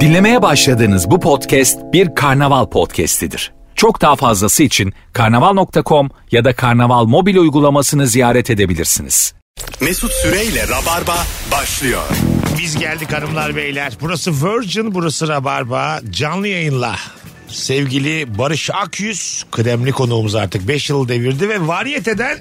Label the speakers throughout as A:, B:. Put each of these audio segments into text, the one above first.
A: Dinlemeye başladığınız bu podcast bir karnaval podcastidir. Çok daha fazlası için karnaval.com ya da karnaval mobil uygulamasını ziyaret edebilirsiniz.
B: Mesut Süreyle Rabarba başlıyor.
C: Biz geldik hanımlar beyler. Burası Virgin, burası Rabarba. Canlı yayınla sevgili Barış Akyüz kremli konuğumuz artık 5 yıl devirdi ve variyeteden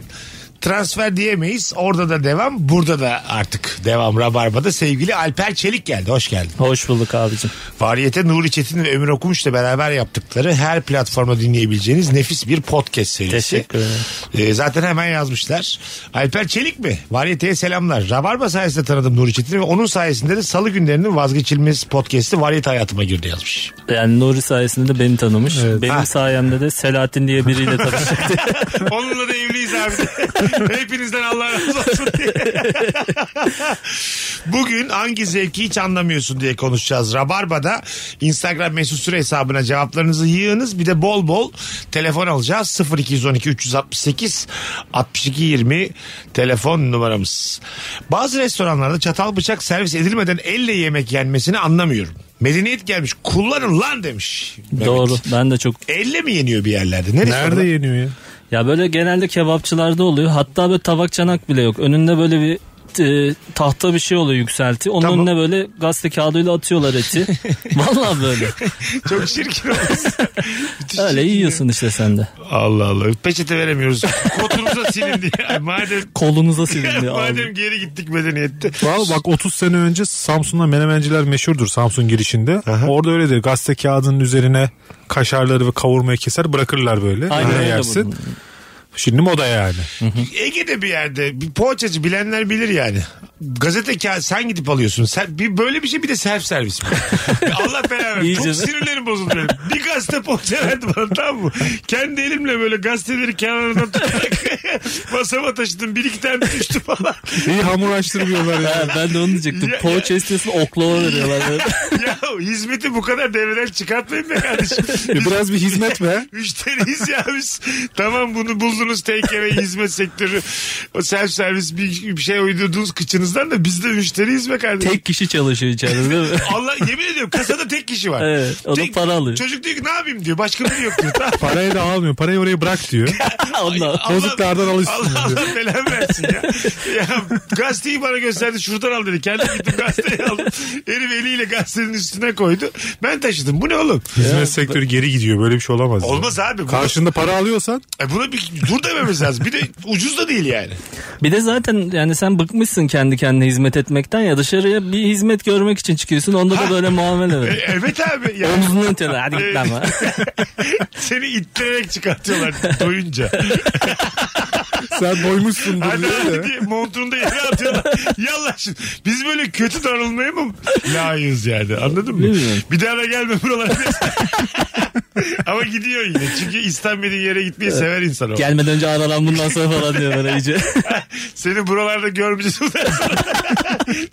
C: transfer diyemeyiz. Orada da devam, burada da artık devam Rabarba'da sevgili Alper Çelik geldi. Hoş geldin.
D: Hoş bulduk abicim.
C: Variyete Nuri Çetin ve Ömür Okumuş'la beraber yaptıkları her platforma dinleyebileceğiniz nefis bir podcast serisi.
D: Teşekkür ederim.
C: Ee, zaten hemen yazmışlar. Alper Çelik mi? Variyeteye selamlar. Rabarba sayesinde tanıdım Nuri Çetin'i ve onun sayesinde de salı günlerinin vazgeçilmez podcast'i Variyete hayatıma girdi yazmış.
D: Yani Nuri sayesinde de beni tanımış. Benim
C: Ha.
D: sayemde de Selahattin diye biriyle tanışacaktı.
C: Onunla da evliyiz abi. Hepinizden Allah razı olsun diye. Bugün hangi zevki hiç anlamıyorsun diye konuşacağız. Rabarba'da Instagram mesut süre hesabına cevaplarınızı yığınız. Bir de bol bol telefon alacağız. 0212 368 62 20 telefon numaramız. Bazı restoranlarda çatal bıçak servis edilmeden elle yemek yenmesini anlamıyorum. Medeniyet gelmiş kullanın lan demiş. Mehmet.
D: Doğru. Ben de çok.
C: Elle mi yeniyor bir yerlerde? Neresi
E: Nerede
C: orada?
E: yeniyor ya?
D: Ya böyle genelde kebapçılarda oluyor. Hatta böyle tabak çanak bile yok. Önünde böyle bir e, tahta bir şey oluyor yükselti. Onun
C: Tamam.
D: önüne böyle gazete kağıdıyla atıyorlar eti. Vallahi böyle.
C: Çok çirkin olmuş. Müthiş
D: Öyle
C: çirkin.
D: yiyorsun işte sen de.
C: Allah Allah. Peçete veremiyoruz. Oturumuza silindi. Ay Madem
D: Kolunuza silindi abi.
C: madem geri gittik medeniyette.
E: Vallahi bak 30 sene önce Samsun'da menemenciler meşhurdur Samsun girişinde.
C: Aha.
E: Orada öyledir. Gazete kağıdının üzerine kaşarları ve kavurmayı keser bırakırlar böyle.
D: Aynen
E: Aynen
D: öyle
E: yersin.
D: bunun.
E: Şimdi moda yani.
C: Ege'de bir yerde bir poğaçacı bilenler bilir yani. Gazete kağıdı sen gidip alıyorsun. Sen, bir, böyle bir şey bir de self servis. Allah belanı versin.
D: İyice
C: Çok
D: de.
C: sinirlerim bozuldu benim. Bir gazete poğaça verdi bana tamam mı? Kendi elimle böyle gazeteleri kenarından tutarak masama taşıdım. Bir iki tane düştü falan.
E: İyi hamur açtırmıyorlar
D: Ha,
E: ya.
D: ben de onu diyecektim.
C: Ya- ya-
D: Poğaça istiyorsun oklava veriyorlar. böyle.
C: ya hizmeti bu kadar devreden çıkartmayın be kardeşim.
E: E, Biraz bir hizmet be.
C: Müşteriyiz ya biz. Tamam bunu buldunuz teykere hizmet sektörü. O self servis bir, bir şey uydurdunuz kıçınızdan da biz de müşteriyiz be kardeşim.
D: Tek kişi çalışıyor içeride değil mi?
C: Allah yemin ediyorum kasada tek kişi var.
D: Evet, o da
C: Tek-
D: para alıyor.
C: Çocuk diyor ki ne yapayım diyor. Başka biri yok diyor. Tamam.
E: Parayı da almıyor. Parayı oraya bırak diyor.
D: Ondan.
C: Allah-
E: Bozuklardan alışsın
C: Allah
E: diyor.
C: Allah belanı versin ya. ya. Gazeteyi bana gösterdi şuradan al dedi. Kendim gittim gazeteyi aldım. Herif eliyle gazetenin üstüne koydu. Ben taşıdım. Bu ne oğlum?
E: Hizmet sektörü geri gidiyor. Böyle bir şey olamaz. ya.
C: Olmaz abi. Bunu,
E: Karşında para alıyorsan
C: E buna bir dur dememiz lazım. Bir de ucuz da değil yani.
D: Bir de zaten yani sen bıkmışsın kendi kendine hizmet etmekten ya dışarıya bir hizmet görmek için çıkıyorsun. Onda da böyle muamele
C: E,
D: ver.
C: evet abi. Yani.
D: Omzunu ötüyorlar. Hadi git lan.
C: Seni ittirerek çıkartıyorlar doyunca.
E: sen doymuşsundur
C: Hadi
E: diyor
C: hadi
E: ya.
C: diye montunu da yere atıyorlar. Yallah şimdi. Biz böyle kötü darılmaya mı layığız yani anladın mı?
D: Bilmiyorum.
C: Bir daha da gelme buralara. Ama gidiyor yine. Çünkü istenmediğin yere gitmeyi sever insan o.
D: Gelmeden önce aralan bundan sonra falan diyor böyle iyice.
C: Seni buralarda görmeyeceğiz. bundan sonra.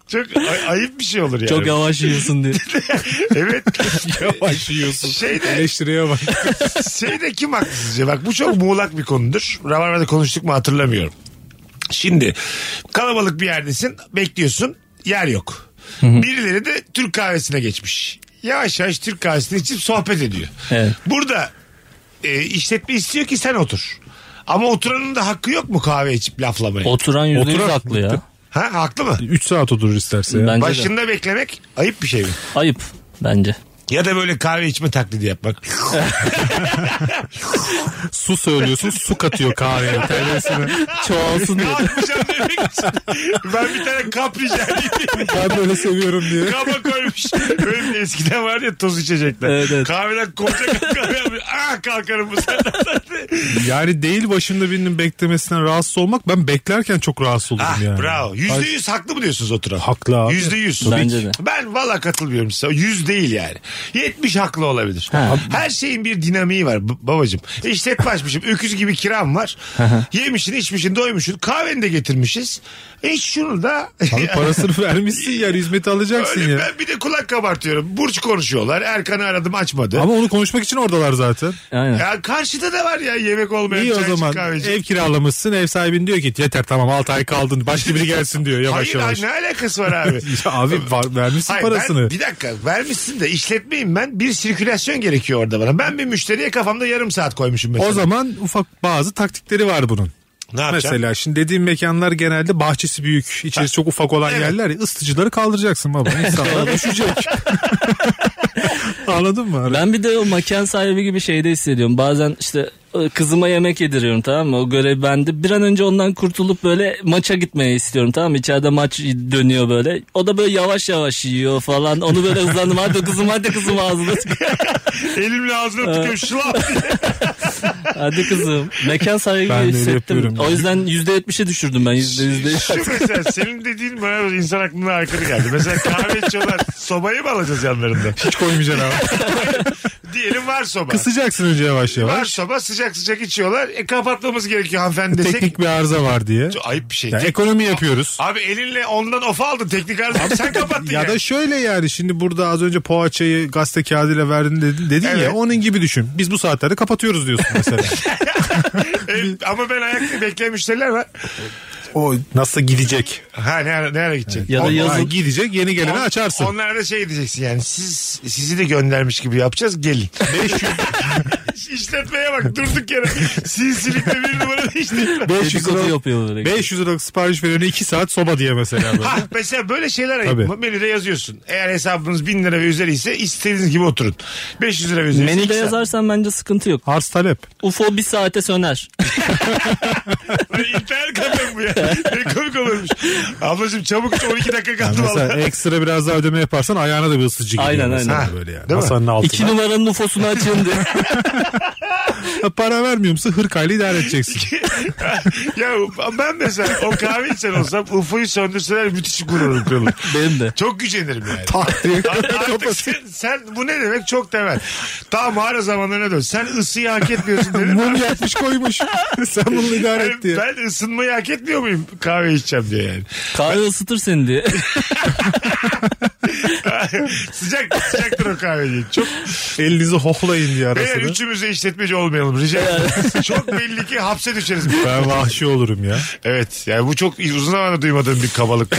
C: Çok ay- ayıp bir şey olur yani.
D: Çok yavaş yiyorsun diyor.
C: Evet. Şey
E: Yavaş yiyorsun.
C: Şeyde
E: Eleştiriye bak.
C: Şeyde Şey kim haklı sizce? Bak bu çok muğlak bir konudur. Rabarba'da konuştuk mu hatırlamıyorum. Şimdi kalabalık bir yerdesin bekliyorsun yer yok. Birileri de Türk kahvesine geçmiş. Yavaş yavaş Türk kahvesini içip sohbet ediyor.
D: Evet.
C: Burada e, işletme istiyor ki sen otur. Ama oturanın da hakkı yok mu kahve içip laflamaya?
D: Oturan yüzde yüz
E: Oturan-
D: haklı ya.
C: ha haklı mı?
E: 3 saat oturur isterse ya.
D: Bence de.
C: Başında beklemek ayıp bir şey mi?
D: Ayıp bence.
C: Ya da böyle kahve içme taklidi yapmak.
E: Su söylüyorsun su katıyor kahveye. Terbiyesine.
D: Çoğalsın
C: ne
D: diyor.
C: yapacağım demek için. Ben bir tane kap rica edeyim.
E: Ben böyle seviyorum diye.
C: Kaba koymuş. Böyle bir eskiden var ya toz içecekler.
D: Evet, evet.
C: Kahveden kovacak kahve yapmış. Ah kalkarım bu senden.
E: Yani değil başında birinin beklemesinden rahatsız olmak ben beklerken çok rahatsız olurum
C: ah
E: yani.
C: bravo. Yüzde yüz haklı mı diyorsunuz oturan?
E: Haklı abi.
C: Yüzde yüz.
D: Bence de.
C: Ben valla katılmıyorum size. Yüz değil yani. 70 haklı olabilir. Her şeyin bir dinamiği var b- babacığım. İşletme açmışım. Öküz gibi kiram var. Yemişin, içmişin, doymuşsun. Kahveni de getirmişiz. E şunu da...
E: Abi parasını vermişsin yani hizmeti alacaksın
C: Öyle
E: ya.
C: ben bir de kulak kabartıyorum. Burç konuşuyorlar. Erkan'ı aradım açmadı.
E: Ama onu konuşmak için oradalar zaten.
D: Aynen.
C: Ya karşıda da var ya yemek olmayan
E: İyi o
C: çaycı,
E: zaman
C: kahveci.
E: ev kiralamışsın ev sahibin diyor ki yeter tamam 6 ay kaldın başka biri gelsin diyor yavaş
C: Hayır
E: yavaş.
C: ne alakası var abi?
E: Ya abi var, vermişsin
C: Hayır,
E: parasını.
C: Ben, bir dakika vermişsin de işletmeyim ben. Bir sirkülasyon gerekiyor orada bana. Ben bir müşteriye kafamda yarım saat koymuşum mesela.
E: O zaman ufak bazı taktikleri var bunun.
C: ne yapacağım?
E: Mesela şimdi dediğim mekanlar genelde bahçesi büyük, içerisi çok ufak olan
C: Evet.
E: yerler ya ısıtıcıları kaldıracaksın baba. İnsanlar düşecek. Anladın mı?
D: Ben bir de o mekan sahibi gibi şeyde hissediyorum. Bazen işte e, kızıma yemek yediriyorum tamam mı? O görev bende. Bir an önce ondan kurtulup böyle maça gitmeyi istiyorum tamam mı? İçeride maç dönüyor böyle. O da böyle yavaş yavaş yiyor falan. Onu böyle hızlandım. Hadi kızım hadi kızım ağzına.
C: Elimle ağzına
E: Ee.
C: tutuyorum şılap.
D: Hadi kızım. Mekan sahibi
E: Ben de
D: gibi
E: öyle
D: hissettim.
E: yapıyorum.
D: O yüzden %70'e düşürdüm ben. %100'e.
C: Şu mesela senin dediğin bana insan aklına aykırı geldi. Mesela kahve içiyorlar. Sobayı mı alacağız yanlarında?
E: Hiç koymayacaksın abi.
C: Diyelim var soba.
E: Kısacaksın önce yavaş
C: var
E: yavaş.
C: soba sıcak sıcak içiyorlar. E kapatmamız gerekiyor hanımefendi desek.
E: Teknik bir arıza var diye.
C: Ayıp bir şey.
E: Ya
C: Tek-
E: ekonomi yapıyoruz.
C: Abi elinle ondan of aldın teknik arıza. Sen kapattın ya.
E: Ya da şöyle yani şimdi burada az önce poğaçayı gazete kağıdıyla verdin dedin, dedin
C: Evet.
E: ya onun gibi düşün. Biz bu saatlerde kapatıyoruz diyorsun mesela.
C: E, ama ben ayakta bekleyen müşteriler var.
E: o nasıl gidecek?
C: Ha ne ara, ne ara gidecek?
D: Ya da
E: Onlar
D: yazın-
E: gidecek yeni geleni
C: On-
E: açarsın.
C: Onlara da şey diyeceksin yani siz sizi de göndermiş gibi yapacağız gelin.
E: 500,
C: İşletmeye bak durduk yere. Sinsilikte bir numaralı işletme.
E: 500
D: Dedikodu
E: lira
D: yapıyor böyle.
E: 500 liralık sipariş vereni 2 saat soba diye mesela. böyle.
C: Ha, mesela böyle şeyler ayıp
E: Tabii.
C: mı? Menüde yazıyorsun. Eğer hesabınız 1000 lira ve üzeri ise istediğiniz gibi oturun. 500 lira ve üzeri.
D: Menüde yazarsan bence sıkıntı yok.
E: Arz talep.
D: UFO bir saate söner.
C: İnternet kafe bu ya. Ne komik olurmuş. Ablacığım çabuk 12 dakika kaldı
E: Mesela e-
C: valla.
E: ekstra biraz daha ödeme yaparsan ayağına da bir ısıtıcı geliyor.
D: Aynen,
E: mesela
C: aynen.
E: Böyle yani.
C: Değil mi?
E: Masanın altına.
D: İki numaranın UFO'sunu açın diye.
E: Ha, Para vermiyor musun? Hırkayla idare edeceksin.
C: ya ben mesela o kahve içen olsam UFO'yu söndürseler müthiş gururum kırılır.
D: Benim de.
C: Çok gücenirim yani.
E: Tak diye
C: Artık
E: kapat.
C: sen, sen bu ne demek çok temel. Tam mağara zamanlarına dön. Sen ısıyı hak etmiyorsun dedim.
E: Mum yapmış koymuş. Sen bunu idare
C: Yani
E: et diye.
C: ben ısınmayı hak etmiyor muyum kahve içeceğim diye yani.
D: Kahve ısıtır seni diye.
C: Sıcak sıcaktır o kahve diye. Çok
E: Elinizi hohlayın diye
C: Beyler
E: arasını.
C: üçümüz de işletmeci olmayalım rica ederim. çok belli ki hapse düşeriz.
E: Ben vahşi olurum ya.
C: Evet yani bu çok uzun zamandır duymadığım bir kabalık.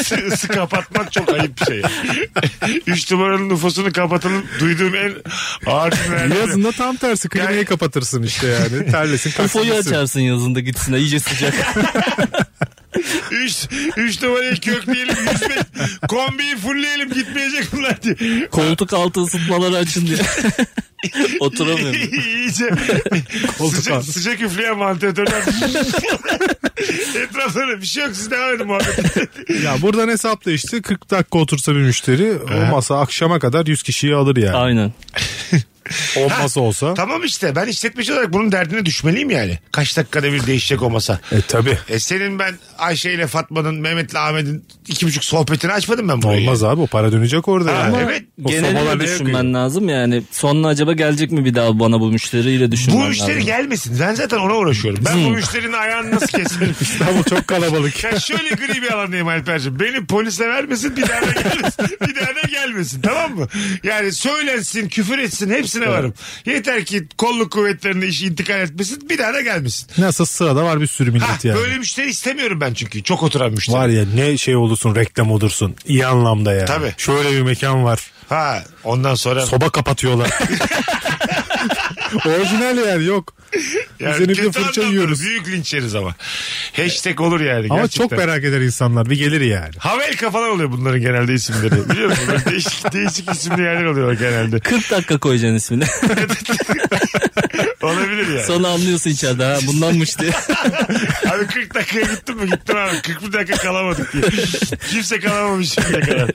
C: Isı, ısı kapatmak çok ayıp bir şey. Üç numaranın nüfusunu kapatalım duyduğum en ağır cümlelerden biri.
E: Yazında tam tersi klimayı
C: Yani-
E: kapatırsın işte yani. Terlesin
D: UFO'yu
E: kaksın.
D: açarsın yazında gitsin de iyice sıcak.
C: Üç, üç numarayı kökleyelim. Yüz met- kombiyi fullleyelim gitmeyecek bunlar diye.
D: Koltuk altı ısıtmaları açın diye. Oturamıyorum.
C: İyice
E: Koltuk
C: sıcak,
E: altı.
C: sıcak üfleyen mantetörler. Etraflarına bir şey yok siz devam edin muhabbeti.
E: Ya buradan hesapla işte 40 dakika otursa bir müşteri o masa akşama kadar 100 kişiyi alır yani.
D: Aynen.
E: 10 masa olsa.
C: tamam işte ben işletmeci olarak bunun derdine düşmeliyim yani. Kaç dakikada bir değişecek o masa.
E: E tabi.
C: E senin ben Ayşe ile Fatma'nın, Mehmet ile Ahmet'in iki buçuk sohbetini açmadım ben burayı.
E: Olmaz abi o para dönecek orada
C: Ha,
E: yani.
C: evet.
E: O sobalar
D: Genelini
E: neye
D: düşünmen lazım yani. Sonuna acaba gelecek mi bir daha bana bu müşteriyle düşünmen
C: Bu
D: lazım.
C: müşteri gelmesin. Ben zaten ona uğraşıyorum. Ben bu
E: Hmm.
C: müşterinin ayağını nasıl keserim?
E: İstanbul çok kalabalık.
C: Ya şöyle gri bir alandayım Alper'cim. Beni polise vermesin bir daha da gelmesin. bir daha da gelmesin tamam mı? Yani söylensin, küfür etsin hepsine varım. Yeter ki kolluk kuvvetlerine iş intikal etmesin bir daha da gelmesin.
E: Nasıl sırada var bir sürü
C: Ha,
E: millet yani.
C: Böyle müşteri istemiyorum ben çünkü. Çok oturan müşteri.
E: Var ya ne şey olursun reklam olursun. iyi anlamda yani.
C: Tabii.
E: Şöyle bir mekan var.
C: Ha ondan sonra
E: Soba kapatıyorlar. Orijinal yani yok.
C: yani
E: üzerine bir de
C: kötü
E: fırça
C: anlamda
E: yiyoruz.
C: Büyük linç yeriz ama. Hashtag olur yani.
E: Ama
C: gerçekten.
E: çok merak eder insanlar. Bir gelir yani.
C: Havel kafalar oluyor bunların genelde isimleri. Biliyor musun? Böyle Değişik, değişik isimli yerler oluyor genelde.
D: 40 dakika koyacaksın ismini.
C: Olabilir yani.
D: Sonra anlıyorsun içeride ha bundanmış diye.
C: Abi 40 dakikaya gittim mi? Gittim abi. 41 dakika kalamadık diye. Kimse kalamamış şimdiye kadar.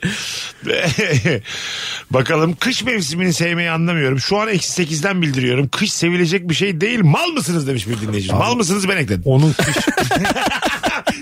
C: Bakalım kış mevsimini sevmeyi anlamıyorum. Şu an eksi 8'den bildiriyorum. Kış sevilecek bir şey değil. Mal mısınız demiş bir dinleyici. Mal mısınız ben ekledim.
E: Onun kış,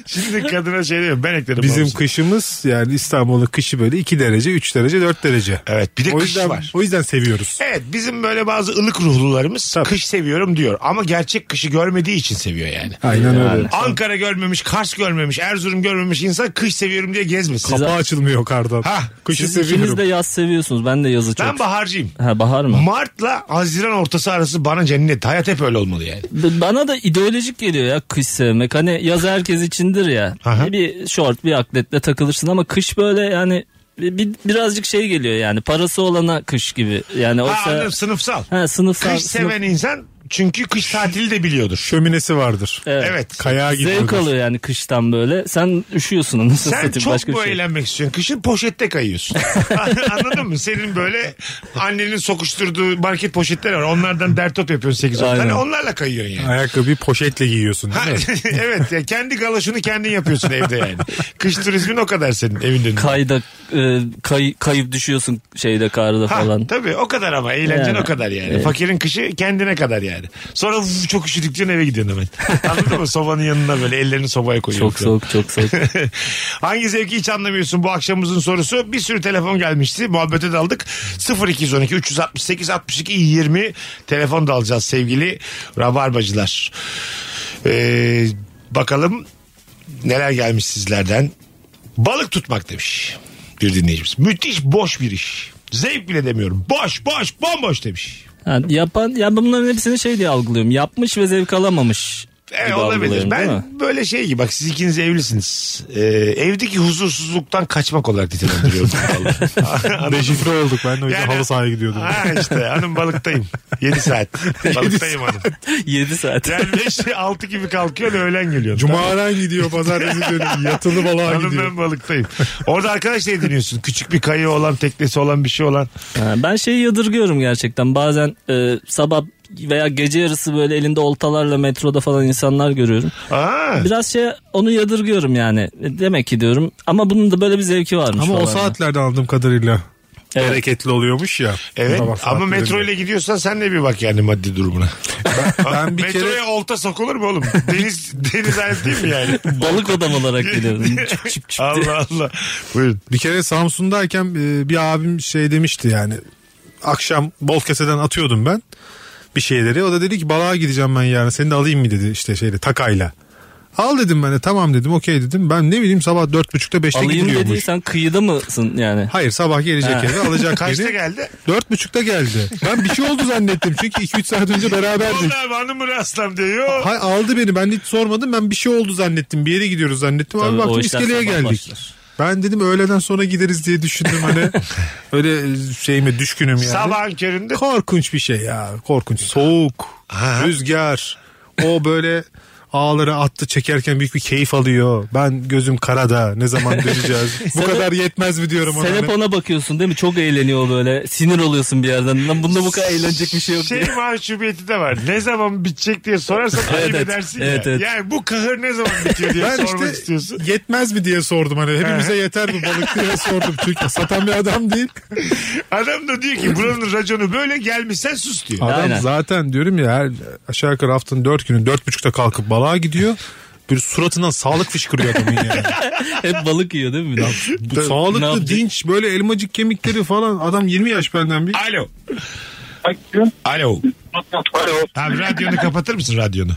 C: Şimdi kadına şey diyor ben ekledim.
E: Bizim
C: babası.
E: kışımız yani İstanbul'un kışı böyle 2 derece, 3 derece, 4 derece.
C: Evet, bir de
E: o
C: kış
E: yüzden,
C: var.
E: O yüzden seviyoruz.
C: Evet bizim böyle bazı ılık ruhlularımız
E: Tabii.
C: kış seviyorum diyor. Ama gerçek kışı görmediği için seviyor yani.
E: Aynen öyle.
C: Ankara görmemiş, Kars görmemiş, Erzurum görmemiş insan kış seviyorum diye gezmesin.
E: Kapağı açılmıyor kardan.
C: Ha,
E: Kışı
D: Siz ikiniz
E: seviyorum.
D: de yaz seviyorsunuz. Ben de yazı çok.
C: Ben baharcıyım.
D: Ha bahar mı?
C: Mart'la Haziran ortası arası bana cennet. Hayat hep öyle olmalı yani.
D: B- Bana da ideolojik geliyor ya kış sevmek. Hani yaz herkes içindir ya.
C: Aha.
D: Bir şort bir atletle takılırsın ama kış böyle yani bir, bir- birazcık şey geliyor yani. Parası olana kış gibi. Yani
C: Ha,
D: oysa
C: anladım, sınıfsal.
D: ha, sınıf
C: Kış seven insan çünkü kış tatili de biliyordur.
E: Şöminesi vardır.
D: Evet.
C: Evet.
E: Kayağa
D: Zevk
E: gidiyordur.
D: alıyor yani kıştan böyle. Sen üşüyorsun nasıl
C: Sen
D: satayım
C: çok
D: başka bir
C: bu
D: şey.
C: eğlenmek istiyorsun. Kışın poşette kayıyorsun. Anladın mı? Senin böyle annenin sokuşturduğu market poşetler var. Onlardan dertop yapıyorsun 8-10 tane.
D: Aynen.
C: Onlarla kayıyorsun yani.
E: Ayakkabıyı poşetle giyiyorsun değil
C: Ha,
E: mi?
C: evet ya kendi galaşını kendin yapıyorsun evde yani. Kış turizmin o kadar senin evin önünde.
D: Kayda e, kay, kayıp düşüyorsun şeyde karda
C: Ha,
D: falan.
C: Tabii o kadar ama eğlencen
D: Yani,
C: o kadar yani. Fakirin kışı kendine kadar yani. Sonra uf, çok üşüdük diyorsun eve gidiyorsun hemen. Anladın mı? Sobanın yanına böyle ellerini sobaya koyuyorsun.
D: Çok soğuk çok soğuk.
C: Hangi zevki hiç anlamıyorsun bu akşamımızın sorusu. Bir sürü telefon gelmişti. Muhabbete daldık. 0212 368 62 20 telefon da alacağız sevgili rabarbacılar. Ee, bakalım neler gelmiş sizlerden. Balık tutmak demiş bir dinleyicimiz. Müthiş boş bir iş. Zevk bile demiyorum. Boş boş bomboş demiş.
D: Yani yapan ya bunların hepsini şey diye algılıyorum. Yapmış ve zevk alamamış.
C: Evet
D: gibi
C: E, olabilir.
D: algılıyorum, değil mi?
C: Ben böyle şey gibi bak siz ikiniz evlisiniz. Ee, evdeki huzursuzluktan kaçmak olarak nitelendiriyorum.
E: Deşifre olduk. Ben de o yüzden
C: Yani-
E: halı sahaya gidiyordum.
C: Ha işte hanım balıktayım. 7 saat. Balıktayım hanım.
D: 7 saat.
C: Yani 5 6 gibi kalkıyorsun öğlen geliyorsun.
E: Cuma'dan gidiyor, pazartesi dönüyor. Yatılı balığa
C: Hanım
E: gidiyor.
C: ben balıktayım. Orada arkadaş da ediniyorsun. Küçük bir kayı olan, teknesi olan bir şey olan.
D: Ha, ben şeyi yadırgıyorum gerçekten. Bazen e, sabah veya gece yarısı böyle elinde oltalarla metroda falan insanlar görüyorum.
C: Aa,
D: Biraz şey onu yadırgıyorum yani. E, Demek ki diyorum ama bunun da böyle bir zevki varmış
E: Ama o
D: falan.
E: saatlerde anladığım kadarıyla
D: Evet.
E: hareketli oluyormuş ya.
C: evet
E: Sabah
C: ama
E: saatlerinde.
C: metro ile gidiyorsan sen de bir bak yani maddi durumuna.
E: ben bir
C: Metroya
E: kere
C: olta sokulur mu oğlum? Deniz deniz ayet değil mi yani?
D: Balık adam olarak geliyorum. Çıp çıp çıp.
C: Allah Allah. Buyurun.
E: bir kere Samsun'dayken e, bir abim şey demişti yani akşam bol keseden atıyordum ben bir şeyleri. O da dedi ki balığa gideceğim ben yarın seni de alayım mı dedi işte şeyle takayla. Al dedim ben de tamam dedim okey dedim. Ben ne bileyim sabah dört buçukta beşte
D: Alayım dediği
E: gidiyormuş.
D: sen kıyıda mısın yani?
E: Hayır sabah gelecek
D: Ha.
E: eve alacak
C: Kaçta
E: beni.
C: geldi?
E: Dört buçukta geldi. Ben bir şey oldu zannettim çünkü iki üç saat önce beraberdik.
C: Oldu abi hanımı rastlam diyor.
E: Hay aldı beni ben hiç sormadım ben bir şey oldu zannettim bir yere gidiyoruz zannettim
D: Tabii
E: abi
D: o
E: baktım
D: işler
E: iskeleye
D: sabah
E: geldik.
D: başlar.
E: Ben dedim öğleden sonra gideriz diye düşündüm hani öyle şey mi düşkünüm yani.
C: Sabahın köründe
E: Korkunç bir şey ya korkunç soğuk
C: Ha.
E: rüzgar o böyle ağları attı çekerken büyük bir keyif alıyor. Ben gözüm karada ne zaman döneceğiz bu kadar yetmez mi diyorum ona.
D: Sen hep
E: Hani.
D: ona bakıyorsun değil mi? Çok eğleniyor böyle. Sinir oluyorsun bir yerden. Lan bunda bu kadar eğlenecek bir şey yok
C: şey
D: diye.
C: mahcubiyeti de var. Ne zaman bitecek diye sorarsan ayıp
D: evet.
C: edersin
D: Evet,
C: ya.
D: evet.
C: Yani bu kahır ne zaman bitiyor diye
E: Ben
C: sormak
E: işte
C: istiyorsun.
E: yetmez mi diye sordum hani hepimize yeter mi balık diye sordum çünkü satan bir adam değil.
C: Adam da diyor ki buranın raconu böyle gelmişsen sus diyor.
E: Adam
D: Aynen.
E: zaten diyorum ya her aşağı yukarı haftanın dört günü dört buçukta kalkıp balığa gidiyor. Bir suratından sağlık fışkırıyor adamın yani.
D: Hep balık yiyor değil mi? bir de?
E: Şey- Bu
D: Ne
E: sağlıklı
D: yapacak?
E: dinç böyle elmacık kemikleri falan adam 20 yaş benden bir.
C: Alo. Alo.
F: Alo.
C: Abi radyonu kapatır mısın radyonu?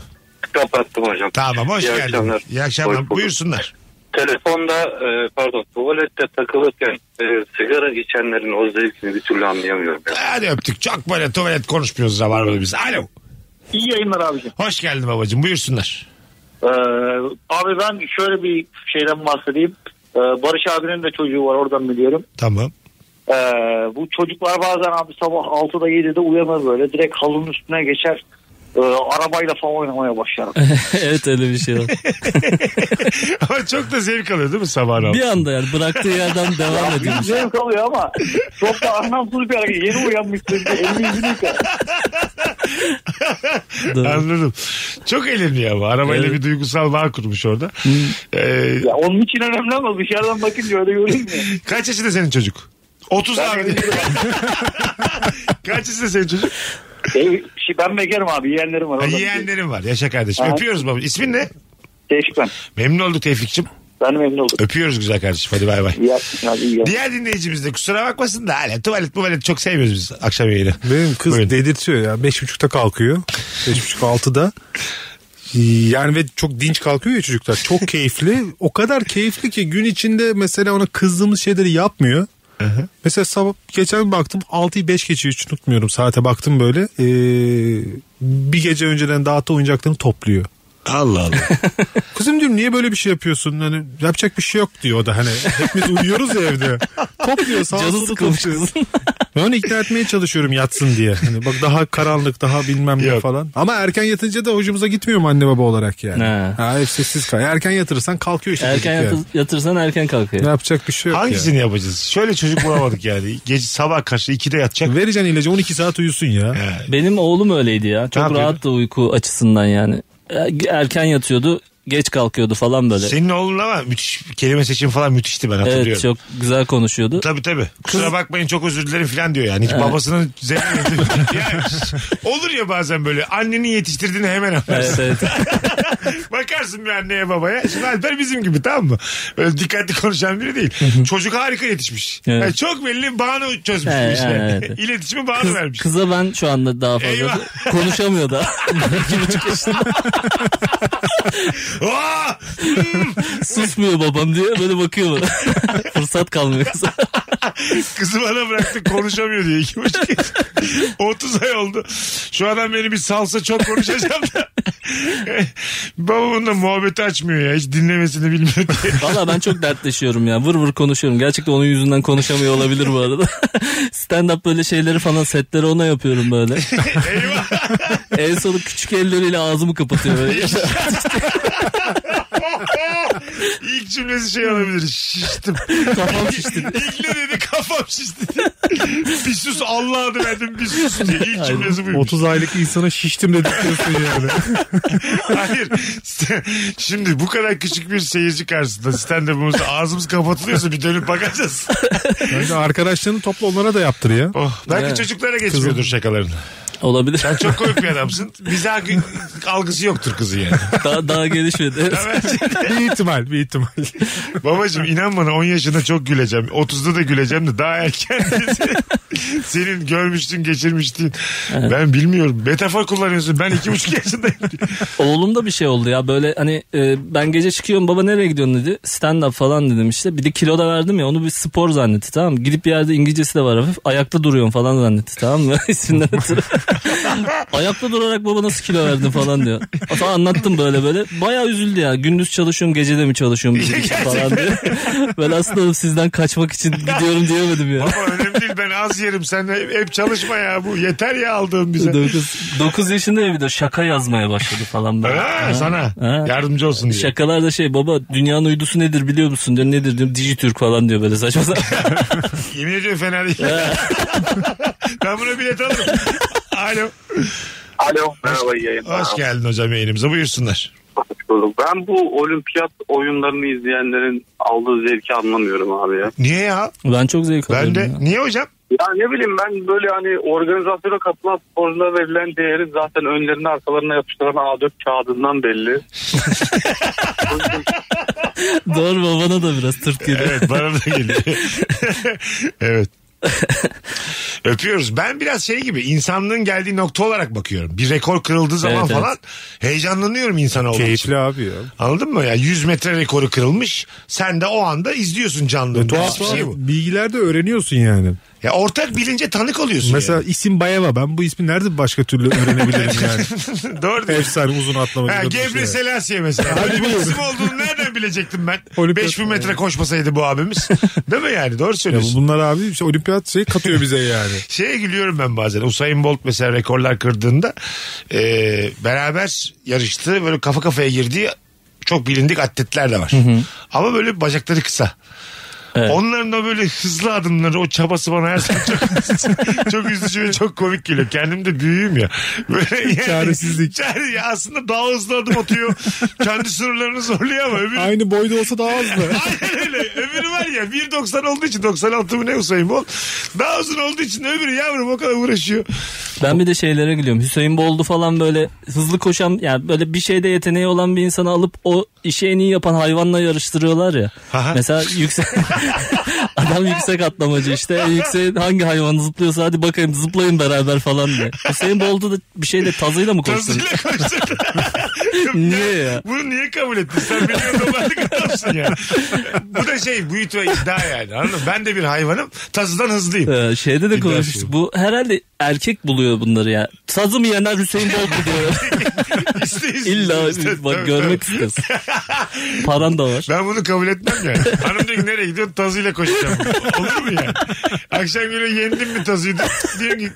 F: Kapattım hocam.
C: Tamam hoş
F: İyi
C: geldin.
F: akşamlar.
C: İyi akşamlar.
F: Hoş bulduk.
C: Buyursunlar.
F: Telefonda e, pardon tuvalette takılırken e, sigara içenlerin o zevkini bir türlü anlayamıyorum. ya.
C: Hadi öptük. Çok böyle tuvalet konuşmuyoruz Rabarba'da biz. Alo.
G: İyi yayınlar abicim.
C: Hoş geldin babacığım. Buyursunlar.
G: Ee, abi ben şöyle bir şeyden bahsedeyim. Ee, Barış abinin de çocuğu var oradan biliyorum.
C: Tamam.
G: Ee, bu çocuklar bazen abi sabah 6'da 7'de uyanır böyle. Direkt halının üstüne geçer. Ee, arabayla falan oynamaya başlar.
D: evet öyle bir şey var.
C: Ama çok da zevk alıyor değil mi sabah
D: Bir anda yani bıraktığı yerden devam ediyor.
G: Zevk alıyor ama çok da anlamsız bir hareket. Yeni uyanmışsın. Elini yüzünü yıkar.
D: Doğru.
C: Anladım. Çok eğleniyor ama. Arabayla
D: Evet.
C: bir duygusal bağ kurmuş orada. Ee,
G: Ya onun için önemli ama dışarıdan bakınca öyle görünmüyor.
C: Kaç yaşında senin çocuk? 30
G: Ben
C: abi.
G: evliyim.
C: Kaç yaşında senin çocuk?
G: Ev- şey, ben bekarım abi. Yeğenlerim var. oradan.
C: Yeğenlerim var. Yaşa kardeşim.
G: Aha.
C: Öpüyoruz baba. İsmin ne?
G: Tevfik ben.
C: Memnun olduk Tevfik'cim.
G: Ben de memnun oldum.
C: Öpüyoruz güzel kardeşim. Hadi bay bay.
G: İyi akşamlar. iyi yayınlar.
C: Diğer dinleyicimiz de kusura bakmasın da hala tuvalet tuvalet çok sevmiyoruz biz akşam yayını.
E: Benim kız
C: Buyurun.
E: dedirtiyor ya. Beş buçukta kalkıyor. Beş buçuk altıda. Yani ve çok dinç kalkıyor ya çocuklar. Çok keyifli. O kadar keyifli ki gün içinde mesela ona kızdığımız şeyleri yapmıyor. Mesela sabah geçen bir baktım 6'yı 5 geçiyor hiç unutmuyorum saate baktım böyle Ee, bir gece önceden dağıttı oyuncaklarını topluyor.
C: Allah Allah.
E: Kızım diyorum niye böyle bir şey yapıyorsun hani yapacak bir şey yok diyor o da hani hepimiz uyuyoruz ya evde topluyor sağa
D: Canı
E: sola
D: sıkılmış
E: topluyor.
D: kızın.
E: Ben onu ikna etmeye çalışıyorum yatsın diye. Hani bak daha karanlık daha bilmem ne
C: Yok.
E: falan. Ama erken yatınca da hoşumuza gitmiyor mu anne baba olarak yani?
D: Ha.
E: Ha. hep sessiz kal. Erken yatırırsan kalkıyor işte.
D: Erken
E: çocuk
D: yatır,
E: yani.
D: yatırsan erken kalkıyor.
E: Yapacak bir şey yok
C: Hangisini yapacağız? Şöyle çocuk bulamadık yani. Gece sabah karşı 2'de yatacak.
E: yani. Vereceksin ilacı 12 saat uyusun ya.
D: Benim oğlum öyleydi ya. Çok
C: yapıyordu?
D: rahattı uyku açısından yani. Er- Erken yatıyordu, geç kalkıyordu falan böyle.
C: Senin oğlun ama müthiş kelime seçimi falan müthişti ben Şey hatırlıyorum.
D: Evet çok güzel konuşuyordu.
C: Tabii tabii. Kusura bakmayın çok özür dilerim falan diyor yani. Hiç babasının zevkini. yani, olur ya bazen böyle annenin yetiştirdiğini hemen anlarsın.
D: Evet, evet.
C: Bakarsın bir anneye babaya. Şimdi Alper bizim gibi tamam mı? Öyle dikkatli konuşan biri değil. Çocuk harika yetişmiş.
D: Evet.
C: Yani çok belli bağını çözmüş bu
D: Evet,
C: işler.
D: evet, evet.
C: İletişimi bağını
D: Kız-
C: vermiş.
D: kıza ben şu anda daha fazla
C: Eyvah.
D: konuşamıyor da. İki buçuk yaşında
C: Aa! Hmm!
D: susmuyor babam diye böyle bakıyor bana. Fırsat kalmıyor kıza.
C: Kızı bana bıraktı konuşamıyor diye. İki buçuk yaş. 30 ay oldu. Şu adam beni bir salsa çok konuşacağım da. Babamın da muhabbeti açmıyor ya. Hiç dinlemesini bilmiyor diye.
D: Valla ben çok dertleşiyorum ya. Vır vır konuşuyorum. Gerçekten onun yüzünden konuşamıyor olabilir bu arada. Stand up böyle şeyleri falan setleri ona yapıyorum böyle.
C: Eyvah.
D: En sonu küçük elleriyle ağzımı kapatıyor böyle.
C: İlk cümlesi şey olabilir. Şiştim.
D: Kafam şişti.
C: İlk ne dedi kafam şişti. bir sus Allah adı verdim bir sus diye. İlk cümlesi buymuş.
E: 30 aylık insana şiştim dedirtiyorsun yani.
C: Hayır. Sen- Şimdi bu kadar küçük bir seyirci karşısında stand-up'ımızda ağzımız kapatılıyorsa bir dönüp bakacağız.
E: Bence arkadaşlarını topla onlara da yaptır ya.
C: Oh, belki
D: Evet.
C: çocuklara geçmiyordur şakalarını.
D: Olabilir.
C: Sen çok komik bir adamsın. Mizah algısı yoktur kızı yani.
D: daha, daha gelişmedi.
E: bir ihtimal bir ihtimal.
C: Babacım inan bana 10 yaşında çok güleceğim. 30'da da güleceğim de daha erken. Senin görmüştün geçirmiştin. Ben bilmiyorum. Metafor kullanıyorsun. Ben iki buçuk yaşındayım.
D: Oğlumda bir şey oldu ya böyle hani e, ben gece çıkıyorum baba nereye gidiyorsun dedi. Stand up falan dedim işte. Bir de kilo da verdim ya onu bir spor zannetti tamam mı? Gidip bir yerde İngilizcesi de var hafif. Ayakta duruyorum falan zannetti tamam mı? İsimden ötürü. Ayakta durarak baba nasıl kilo verdin falan diyor. Hatta anlattım böyle böyle. Baya üzüldü ya. Gündüz çalışıyorum gece de mi çalışıyorum bizim için falan diyor. ben aslında sizden kaçmak için gidiyorum diyemedim ya.
C: Ama önemli değil. Ben az yerim. Sen de hep, hep çalışma ya bu. Yeter ya aldığın bize.
D: 9, 9 yaşında ya bir de şaka yazmaya başladı falan böyle.
C: Ha, sana.
D: Ha.
C: Yardımcı olsun diye.
D: Şakalar da şey baba dünyanın uydusu nedir biliyor musun diyor nedir diyorum Dijitürk falan diyor böyle saçma sapan.
C: Yemin ediyorum fena değil. ben buna bilet alırım. Alo.
F: Alo merhaba iyi yayınlar.
C: Hoş geldin hocam yayınımıza. Buyursunlar.
F: Hoş bulduk. Ben bu olimpiyat oyunlarını izleyenlerin aldığı zevki anlamıyorum abi ya.
C: Niye ya?
D: ben çok zevk
C: Ben
D: alıyorum.
C: de.
D: ya.
C: Niye hocam?
F: Ya ne bileyim ben böyle hani organizasyona katılan sporculara verilen değeri zaten önlerine arkalarına yapıştıran A4 kağıdından belli.
D: Doğru babana da biraz tırt geliyor.
C: Evet bana da geliyor. evet. Öpüyoruz. Ben biraz şey gibi insanlığın geldiği nokta olarak bakıyorum. Bir rekor kırıldığı zaman
D: Evet, evet.
C: falan heyecanlanıyorum insan olduğu için.
E: Keyifli abi ya.
C: Anladın mı? Ya 100 metre rekoru kırılmış. Sen de o anda izliyorsun canlı.
E: Tuhaf
C: Tuhaf bir şey bu.
E: bilgiler de öğreniyorsun yani.
C: Ya ortak bilince tanık oluyorsun.
E: Mesela isim Bayeva ben bu ismi nerede başka türlü öğrenebilirim yani.
C: yani. Doğru değil mi?
E: Efsane uzun atlama.
C: Ha,
E: gibi bir şey.
C: Gebre Selassie mesela. Böyle bir
E: buyurun.
C: isim olduğunu nereden bilecektim ben?
E: Olimpiyat-
C: 5000 metre koşmasaydı bu abimiz. Değil mi yani? Doğru
E: Ya
C: söylüyorsun.
E: bunlar abi işte olimpiyat şey katıyor bize yani.
C: Şeye gülüyorum ben bazen. Usain Bolt mesela rekorlar kırdığında e, beraber yarıştı. Böyle kafa kafaya girdiği çok bilindik atletler de var. Ama böyle bacakları kısa.
D: Evet.
C: Onların da böyle hızlı adımları o çabası bana her zaman çok, çok üzücü ve çok komik geliyor. Kendim de büyüğüm ya. Böyle yani,
E: Çaresizlik.
C: Çare, ya aslında daha hızlı adım atıyor. Kendi sınırlarını zorluyor ama öbürü
E: Aynı boyda olsa daha hızlı.
C: Aynen öyle. Öbürü var ya 1.90 olduğu için 96 mı ne Usain Bolt. Daha uzun olduğu için öbürü yavrum o kadar uğraşıyor.
D: Ben bir de şeylere gülüyorum. Hüseyin Boldu falan böyle hızlı koşan yani böyle bir şeyde yeteneği olan bir insanı alıp o işi en iyi yapan hayvanla yarıştırıyorlar ya.
C: Aha.
D: Mesela yüksek adam yüksek atlamacı işte. En Yüksek hangi hayvan zıplıyorsa hadi bakayım zıplayın beraber falan diye. Hüseyin Boldu da bir şeyle tazıyla mı koştu?
C: Tazıyla koştu.
D: Niye ya?
C: Bunu niye kabul ettin? Sen milyon dolarlık adamsın ya. Bu da şey büyüt ve iddia yani. Anladın mı? Ben de bir hayvanım. Tazıdan hızlıyım.
D: Ee, şeyde de
C: İddiası
D: konuşmuştuk. Bu herhalde erkek buluyor bunları ya. Tazı mı yener Hüseyin Boldu diyor.
C: İsteyiz.
D: İlla
C: İsteyiz.
D: bak
C: Tabii,
D: görmek
C: tabii.
D: istiyorsun. Paran da var.
C: Ben bunu kabul etmem yani. Hanım diyor ki nereye gidiyorsun? Tazıyla koşacağım. Olur mu ya? Akşam günü yendim mi tazıyı? Diyor ki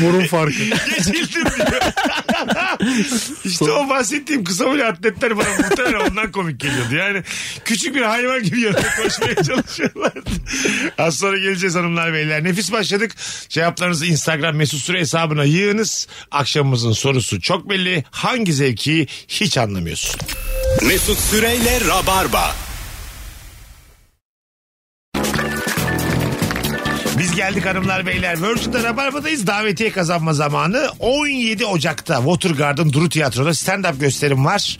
E: Burun farkı.
C: Geçildim diyor. işte o bahsettiğim kısa boylu atletler bana muhtemelen ondan komik geliyordu. Yani küçük bir hayvan gibi yanına koşmaya çalışıyorlardı. Az sonra geleceğiz hanımlar beyler. Nefis başladık. Cevaplarınızı Instagram mesut süre hesabına yığınız. Akşamımızın sorusu çok belli. Hangi zevki hiç anlamıyorsun?
B: Mesut Süreyle Rabarba.
C: Biz geldik hanımlar beyler. Virgin'de Rabarba'dayız. Davetiye kazanma zamanı. 17 Ocak'ta Watergarden Duru Tiyatro'da stand-up gösterim var.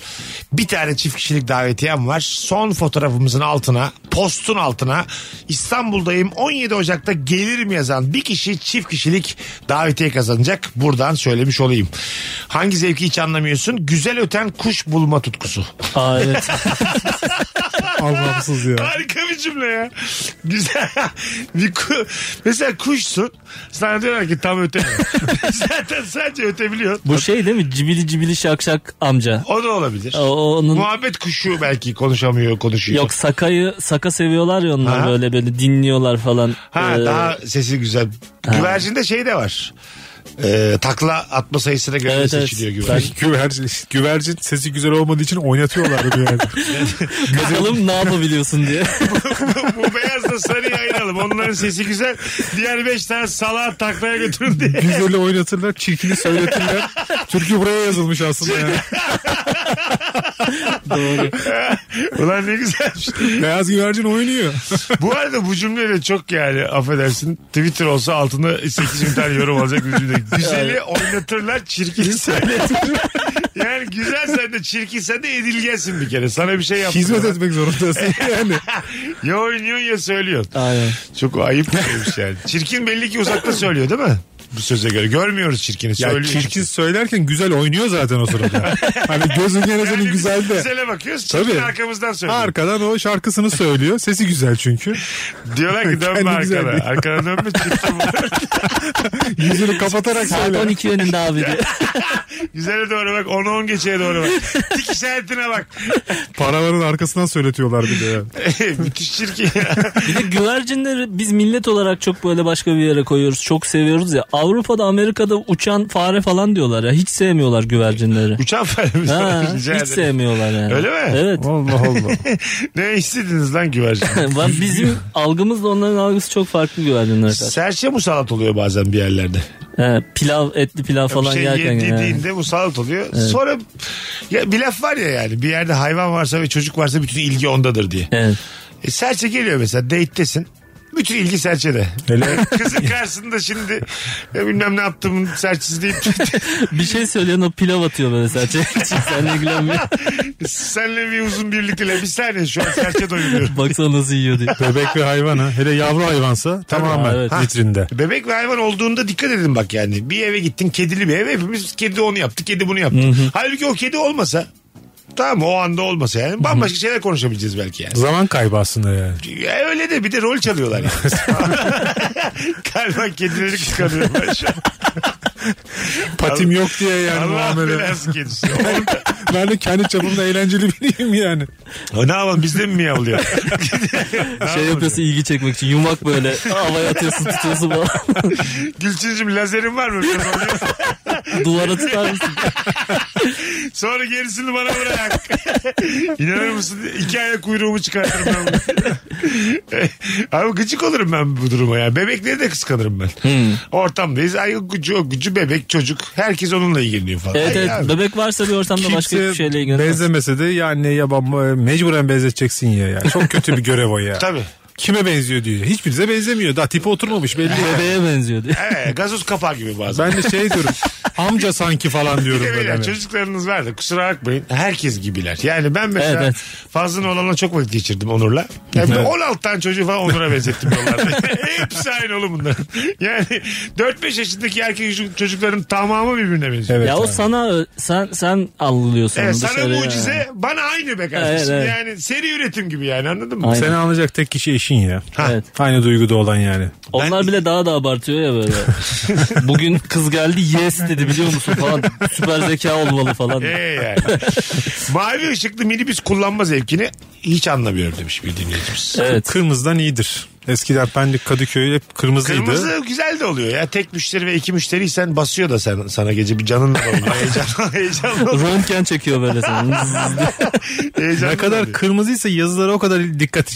C: Bir tane çift kişilik davetiyem var. Son fotoğrafımızın altına, postun altına İstanbul'dayım 17 Ocak'ta gelirim yazan bir kişi çift kişilik davetiye kazanacak. Buradan söylemiş olayım. Hangi zevki hiç anlamıyorsun? Güzel öten kuş bulma tutkusu.
D: Aa, evet.
E: Anlamsız ya.
C: Harika bir cümle ya. Güzel. Bir ku- Mesela kuşsun. Sana diyorlar ki tam ötemiyor. Zaten sadece ötebiliyor.
D: Bu şey değil mi? Cibili cibili şakşak amca.
C: O da olabilir.
D: O- Onun
C: Muhabbet kuşu belki konuşamıyor, konuşuyor.
D: yok sakayı saka seviyorlar ya onlar
C: Ha.
D: böyle böyle dinliyorlar falan.
C: Ha
D: Ee,
C: daha sesi güzel. Güvercinde şey de var. Ee, takla atma sayısına göre
D: Evet, evet.
C: seçiliyor güvercin.
E: Güvercin, güvercin sesi güzel olmadığı için oynatıyorlar güvercin.
D: Bakalım ne yapabiliyorsun diye.
C: Bu beyazla sarıyı ayıralım. Onların sesi güzel. Diğer beş tane salağa taklaya götürün diye.
E: Biz öyle oynatırlar, çirkini söyletirler. Türkü buraya yazılmış aslında yani.
D: Doğru.
C: Ulan ne şey. güzelmiş.
E: Beyaz güvercin oynuyor.
C: Bu arada bu cümleyle çok yani affedersin Twitter olsa altında 8 bin tane yorum alacak bir cümle. Güzeli oynatırlar çirkini söyletirler. yani güzelsen de çirkinsen de edilgensin bir kere. Sana bir şey yapmıyor.
E: Hizmet etmek zorundasın yani.
C: Ya oynuyorsun ya söylüyorsun.
D: Aynen.
C: Çok ayıp bir şeymiş yani. Çirkin belli ki uzakta söylüyor değil mi? Bu söze göre. Görmüyoruz çirkini.
E: Ya
C: söylüyor.
E: çirkin söylerken güzel oynuyor zaten o sırada. hani gözün gene
C: Yani
E: senin
C: biz
E: güzel de.
C: Güzele bakıyoruz. Çirkin
E: Tabii.
C: arkamızdan söylüyor.
E: Arkadan o şarkısını söylüyor. Sesi güzel çünkü.
C: Diyorlar ki dönme
E: Kendi güzel
C: arkana.
E: diyor.
C: Arkana dönme çirkin.
E: Yüzünü kapatarak
D: Saat
E: söyle.
D: 12 yönünde abi diye.
C: Güzele doğru bak. 10-10 geçeye doğru bak. Tik işaretine bak.
E: Paraların arkasından söyletiyorlar bir de. yani.
C: Müthiş çirkin ya.
D: Bir de güvercinleri biz millet olarak çok böyle başka bir yere koyuyoruz. Çok seviyoruz ya. Avrupa'da Amerika'da uçan fare falan diyorlar ya. Hiç sevmiyorlar güvercinleri.
C: Uçan faremiz
D: Ha,
C: var. Rica
D: hiç
C: ederim.
D: sevmiyorlar yani.
C: Öyle mi?
D: Evet.
E: Allah Allah.
C: Ne istediniz lan güvercin?
D: Ben bizim algımızla onların algısı çok farklı güvercinlere karşı.
C: Serçe musallat oluyor bazen bir yerlerde.
D: He, pilav etli pilav
C: Bir
D: falan
C: şey
D: yerken
C: ye-
D: yani.
C: dediğinde musallat oluyor. Sonra ya bir laf var ya yani bir yerde hayvan varsa ve çocuk varsa bütün ilgi ondadır diye.
D: Evet.
C: E, serçe geliyor mesela date'tesin. Bütün ilgi serçede.
E: Hele
C: Kızın karşısında şimdi e, bilmem ne yaptım serçesi deyip
D: Bir şey söyleyen o pilav atıyor böyle serçe. Sen ne gülenmiyorsun?
C: senle bir uzun birlikteyle bir saniye şu an serçe doyuruyorum.
D: Baksana nasıl yiyor diye.
E: bebek ve hayvan ha. Hele yavru hayvansa tamamen
D: Ha, evet.
E: vitrinde.
C: Bebek ve hayvan olduğunda dikkat edin bak yani. Bir eve gittin kedili bir eve hepimiz kedi onu yaptı kedi bunu yaptı. Halbuki o kedi olmasa tamam mı? o anda olmasa yani bambaşka şeyler konuşabileceğiz belki yani.
E: Zaman kaybı aslında yani.
C: Ya öyle de bir de rol çalıyorlar yani. Galiba kedileri kıskanıyorlar şu an.
E: Patim yok diye yani
C: Allah
E: muamele.
C: belası kedisi. Orada,
E: ben de kendi çapımda eğlenceli biriyim yani.
C: O e, ne yapalım bizde mi miyavlıyor?
D: şey yapıyorsun ilgi çekmek için yumak böyle havaya atıyorsun tutuyorsun falan.
C: Gülçin'cim lazerin var mı? Biraz oluyor.
D: Duvara tutar mısın?
C: Sonra gerisini bana bırak. İnanır mısın? İki aya kuyruğumu çıkartırım ben. bunu. Abi gıcık olurum ben bu duruma ya. Bebekleri de kıskanırım ben.
D: Hmm.
C: Ortamdayız. Ay gücü, gücü bebek çocuk. Herkes onunla ilgileniyor falan.
D: Evet
C: Ay
D: evet
C: abi.
D: bebek varsa bir ortamda başka şey
E: Kimse
D: bir şeyle ilgilenmez.
E: benzemese de ya anne ya baba e, mecburen benzeteceksin ya. ya. Çok kötü bir görev o ya.
C: Tabii.
E: Kime benziyor diyor. Hiçbirimize benzemiyor. Daha tipi oturmamış belli.
D: Bebeğe benziyor diyor.
C: Evet, gazoz kapağı gibi bazen.
E: ben de şey diyorum. amca sanki falan diyorum
C: Evet,
E: böyle.
C: ya,
E: hani.
C: çocuklarınız var da kusura bakmayın. Herkes gibiler. Yani ben mesela
D: Evet, evet.
C: fazla olanla çok vakit geçirdim Onur'la. Yani ben
E: Evet.
C: 16 tane çocuğu falan Onur'a benzettim yollarda. Hepsi aynı oğlum bunların. Yani 4-5 yaşındaki erkek çocuk- çocukların tamamı birbirine benziyor.
E: Evet
D: ya o
E: abi.
D: sana sen sen allıyorsun
C: Evet,
D: onu
C: sana
D: dışarıya.
C: mucize bana aynı be kardeşim.
D: Evet, evet.
C: Yani seri üretim gibi yani anladın mı?
D: Aynen.
E: Seni anlayacak tek kişi eşin ya.
D: Evet.
E: Aynı duyguda olan yani.
D: Onlar bile daha da abartıyor ya böyle. Bugün kız geldi yes dedi biliyor musun falan. Süper zeka olmalı falan.
C: Ee yani. Mavi ışıklı minibüs kullanma zevkini hiç anlamıyorum demiş bir dinleyicimiz.
D: Evet.
E: Kırmızıdan iyidir. Eskiden Pendik Kadıköy hep kırmızıydı.
C: Kırmızı güzel de oluyor ya. Tek müşteri ve iki müşteriysen basıyor da sen, sana gece bir canın da oluyor. Heyecan, heyecanlı oluyor.
D: Röntgen çekiyor böyle sen.
C: Heyecanlı
E: Ne kadar
C: oluyor.
E: kırmızıysa yazılara o kadar dikkat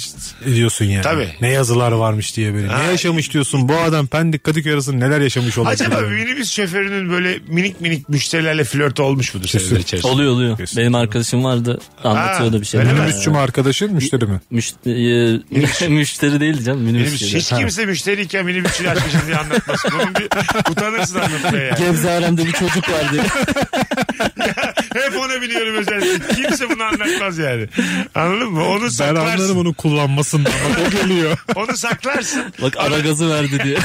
E: ediyorsun yani.
C: Tabii.
E: Ne yazılar varmış diye böyle.
C: Ha.
E: Ne yaşamış diyorsun bu adam Pendik Kadıköy arasında neler yaşamış olabilir.
C: Acaba
E: yani.
C: minibüs şoförünün böyle minik minik müşterilerle flört olmuş mudur seneler içerisinde?
D: oluyor oluyor. Benim arkadaşım vardı anlatıyordu bir şey.
C: öyle mi?
E: Minibüsçü mü arkadaşın müşteri mi?
D: Müşteri, müşteri değil canım minibüs.
C: Minibüs,
D: geliyor.
C: hiç kimse müşteriyken minibüsçüyü açmışım diye anlatmaz. Bunun bir utanırsın anlatmaya yani.
D: Gebze Harem'de bir çocuk vardı.
C: Hep ona biniyorum özellikle. Kimse bunu anlatmaz yani. Anladın mı? Onu
E: Ben
C: saklarsın.
E: anlarım
C: Onu.
E: onu kullanmasından ama o geliyor.
C: saklarsın.
D: Bak ara gazı verdi diye.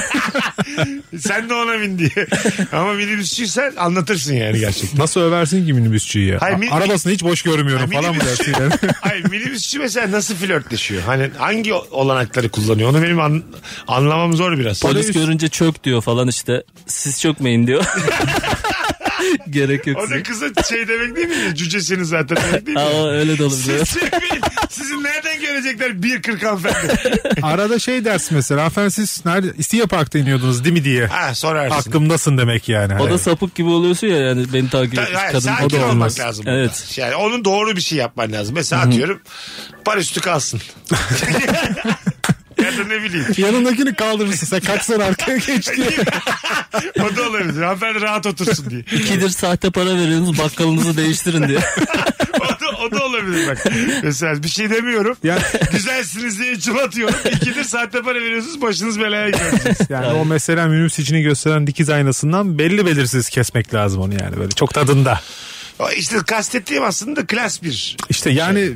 C: Sen de ona bin diye. Ama minibüsçüysen anlatırsın yani gerçekten.
E: Nasıl översin ki minibüsçüyü ya?
C: Hayır,
E: A-
C: min-
E: Arabasını hiç boş görmüyorum
C: Ha,
E: falan mı
C: minibüsçü-
E: dersin yani?
C: Ay minibüsçü mesela nasıl flörtleşiyor? Hani hangi o- olanakları kullanıyor? Onu benim an- anlamam zor biraz.
D: Polis görünce çök diyor falan işte. Siz çökmeyin diyor. Gerek yok
C: O
D: size.
C: da kıza şey demek değil mi? Cücesini zaten demek değil
D: Aa,
C: mi?
D: öyle de olabilir.
C: Siz çekmeyin. Sizi nereden görecekler 1.40 hanımefendi?
E: Arada şey dersin mesela. Hanımefendi siz nerede? İstiya Park'ta iniyordunuz değil mi diye.
C: Ha sorarsın.
E: Aklımdasın demek yani.
D: O da sapık gibi oluyorsun ya yani beni takip
C: Ta-
D: etmiş
C: hayır,
D: kadın.
C: sakin
D: O da
C: olmak
D: olmaz.
C: lazım.
D: Evet.
C: burada. Yani onun doğru bir şey yapman lazım. Mesela atıyorum par üstü kalsın. ya da ne bileyim.
E: Yanındakini kaldırırsın sen kaçsan Hani arkaya geç diye.
C: O da olabilir. Hanımefendi rahat otursun diye.
D: İkidir sahte para veriyorsunuz bakkalınızı değiştirin diye.
C: O da, o da olabilir bak. Mesela bir şey demiyorum.
E: Yani,
C: Güzelsiniz diye içim atıyorum. İkidir saatte para veriyorsunuz başınız belaya girecek.
E: yani o mesela minibüs içini gösteren dikiz aynasından belli belirsiz kesmek lazım onu yani böyle çok tadında.
C: O İşte kastettiğim aslında klas bir.
E: İşte yani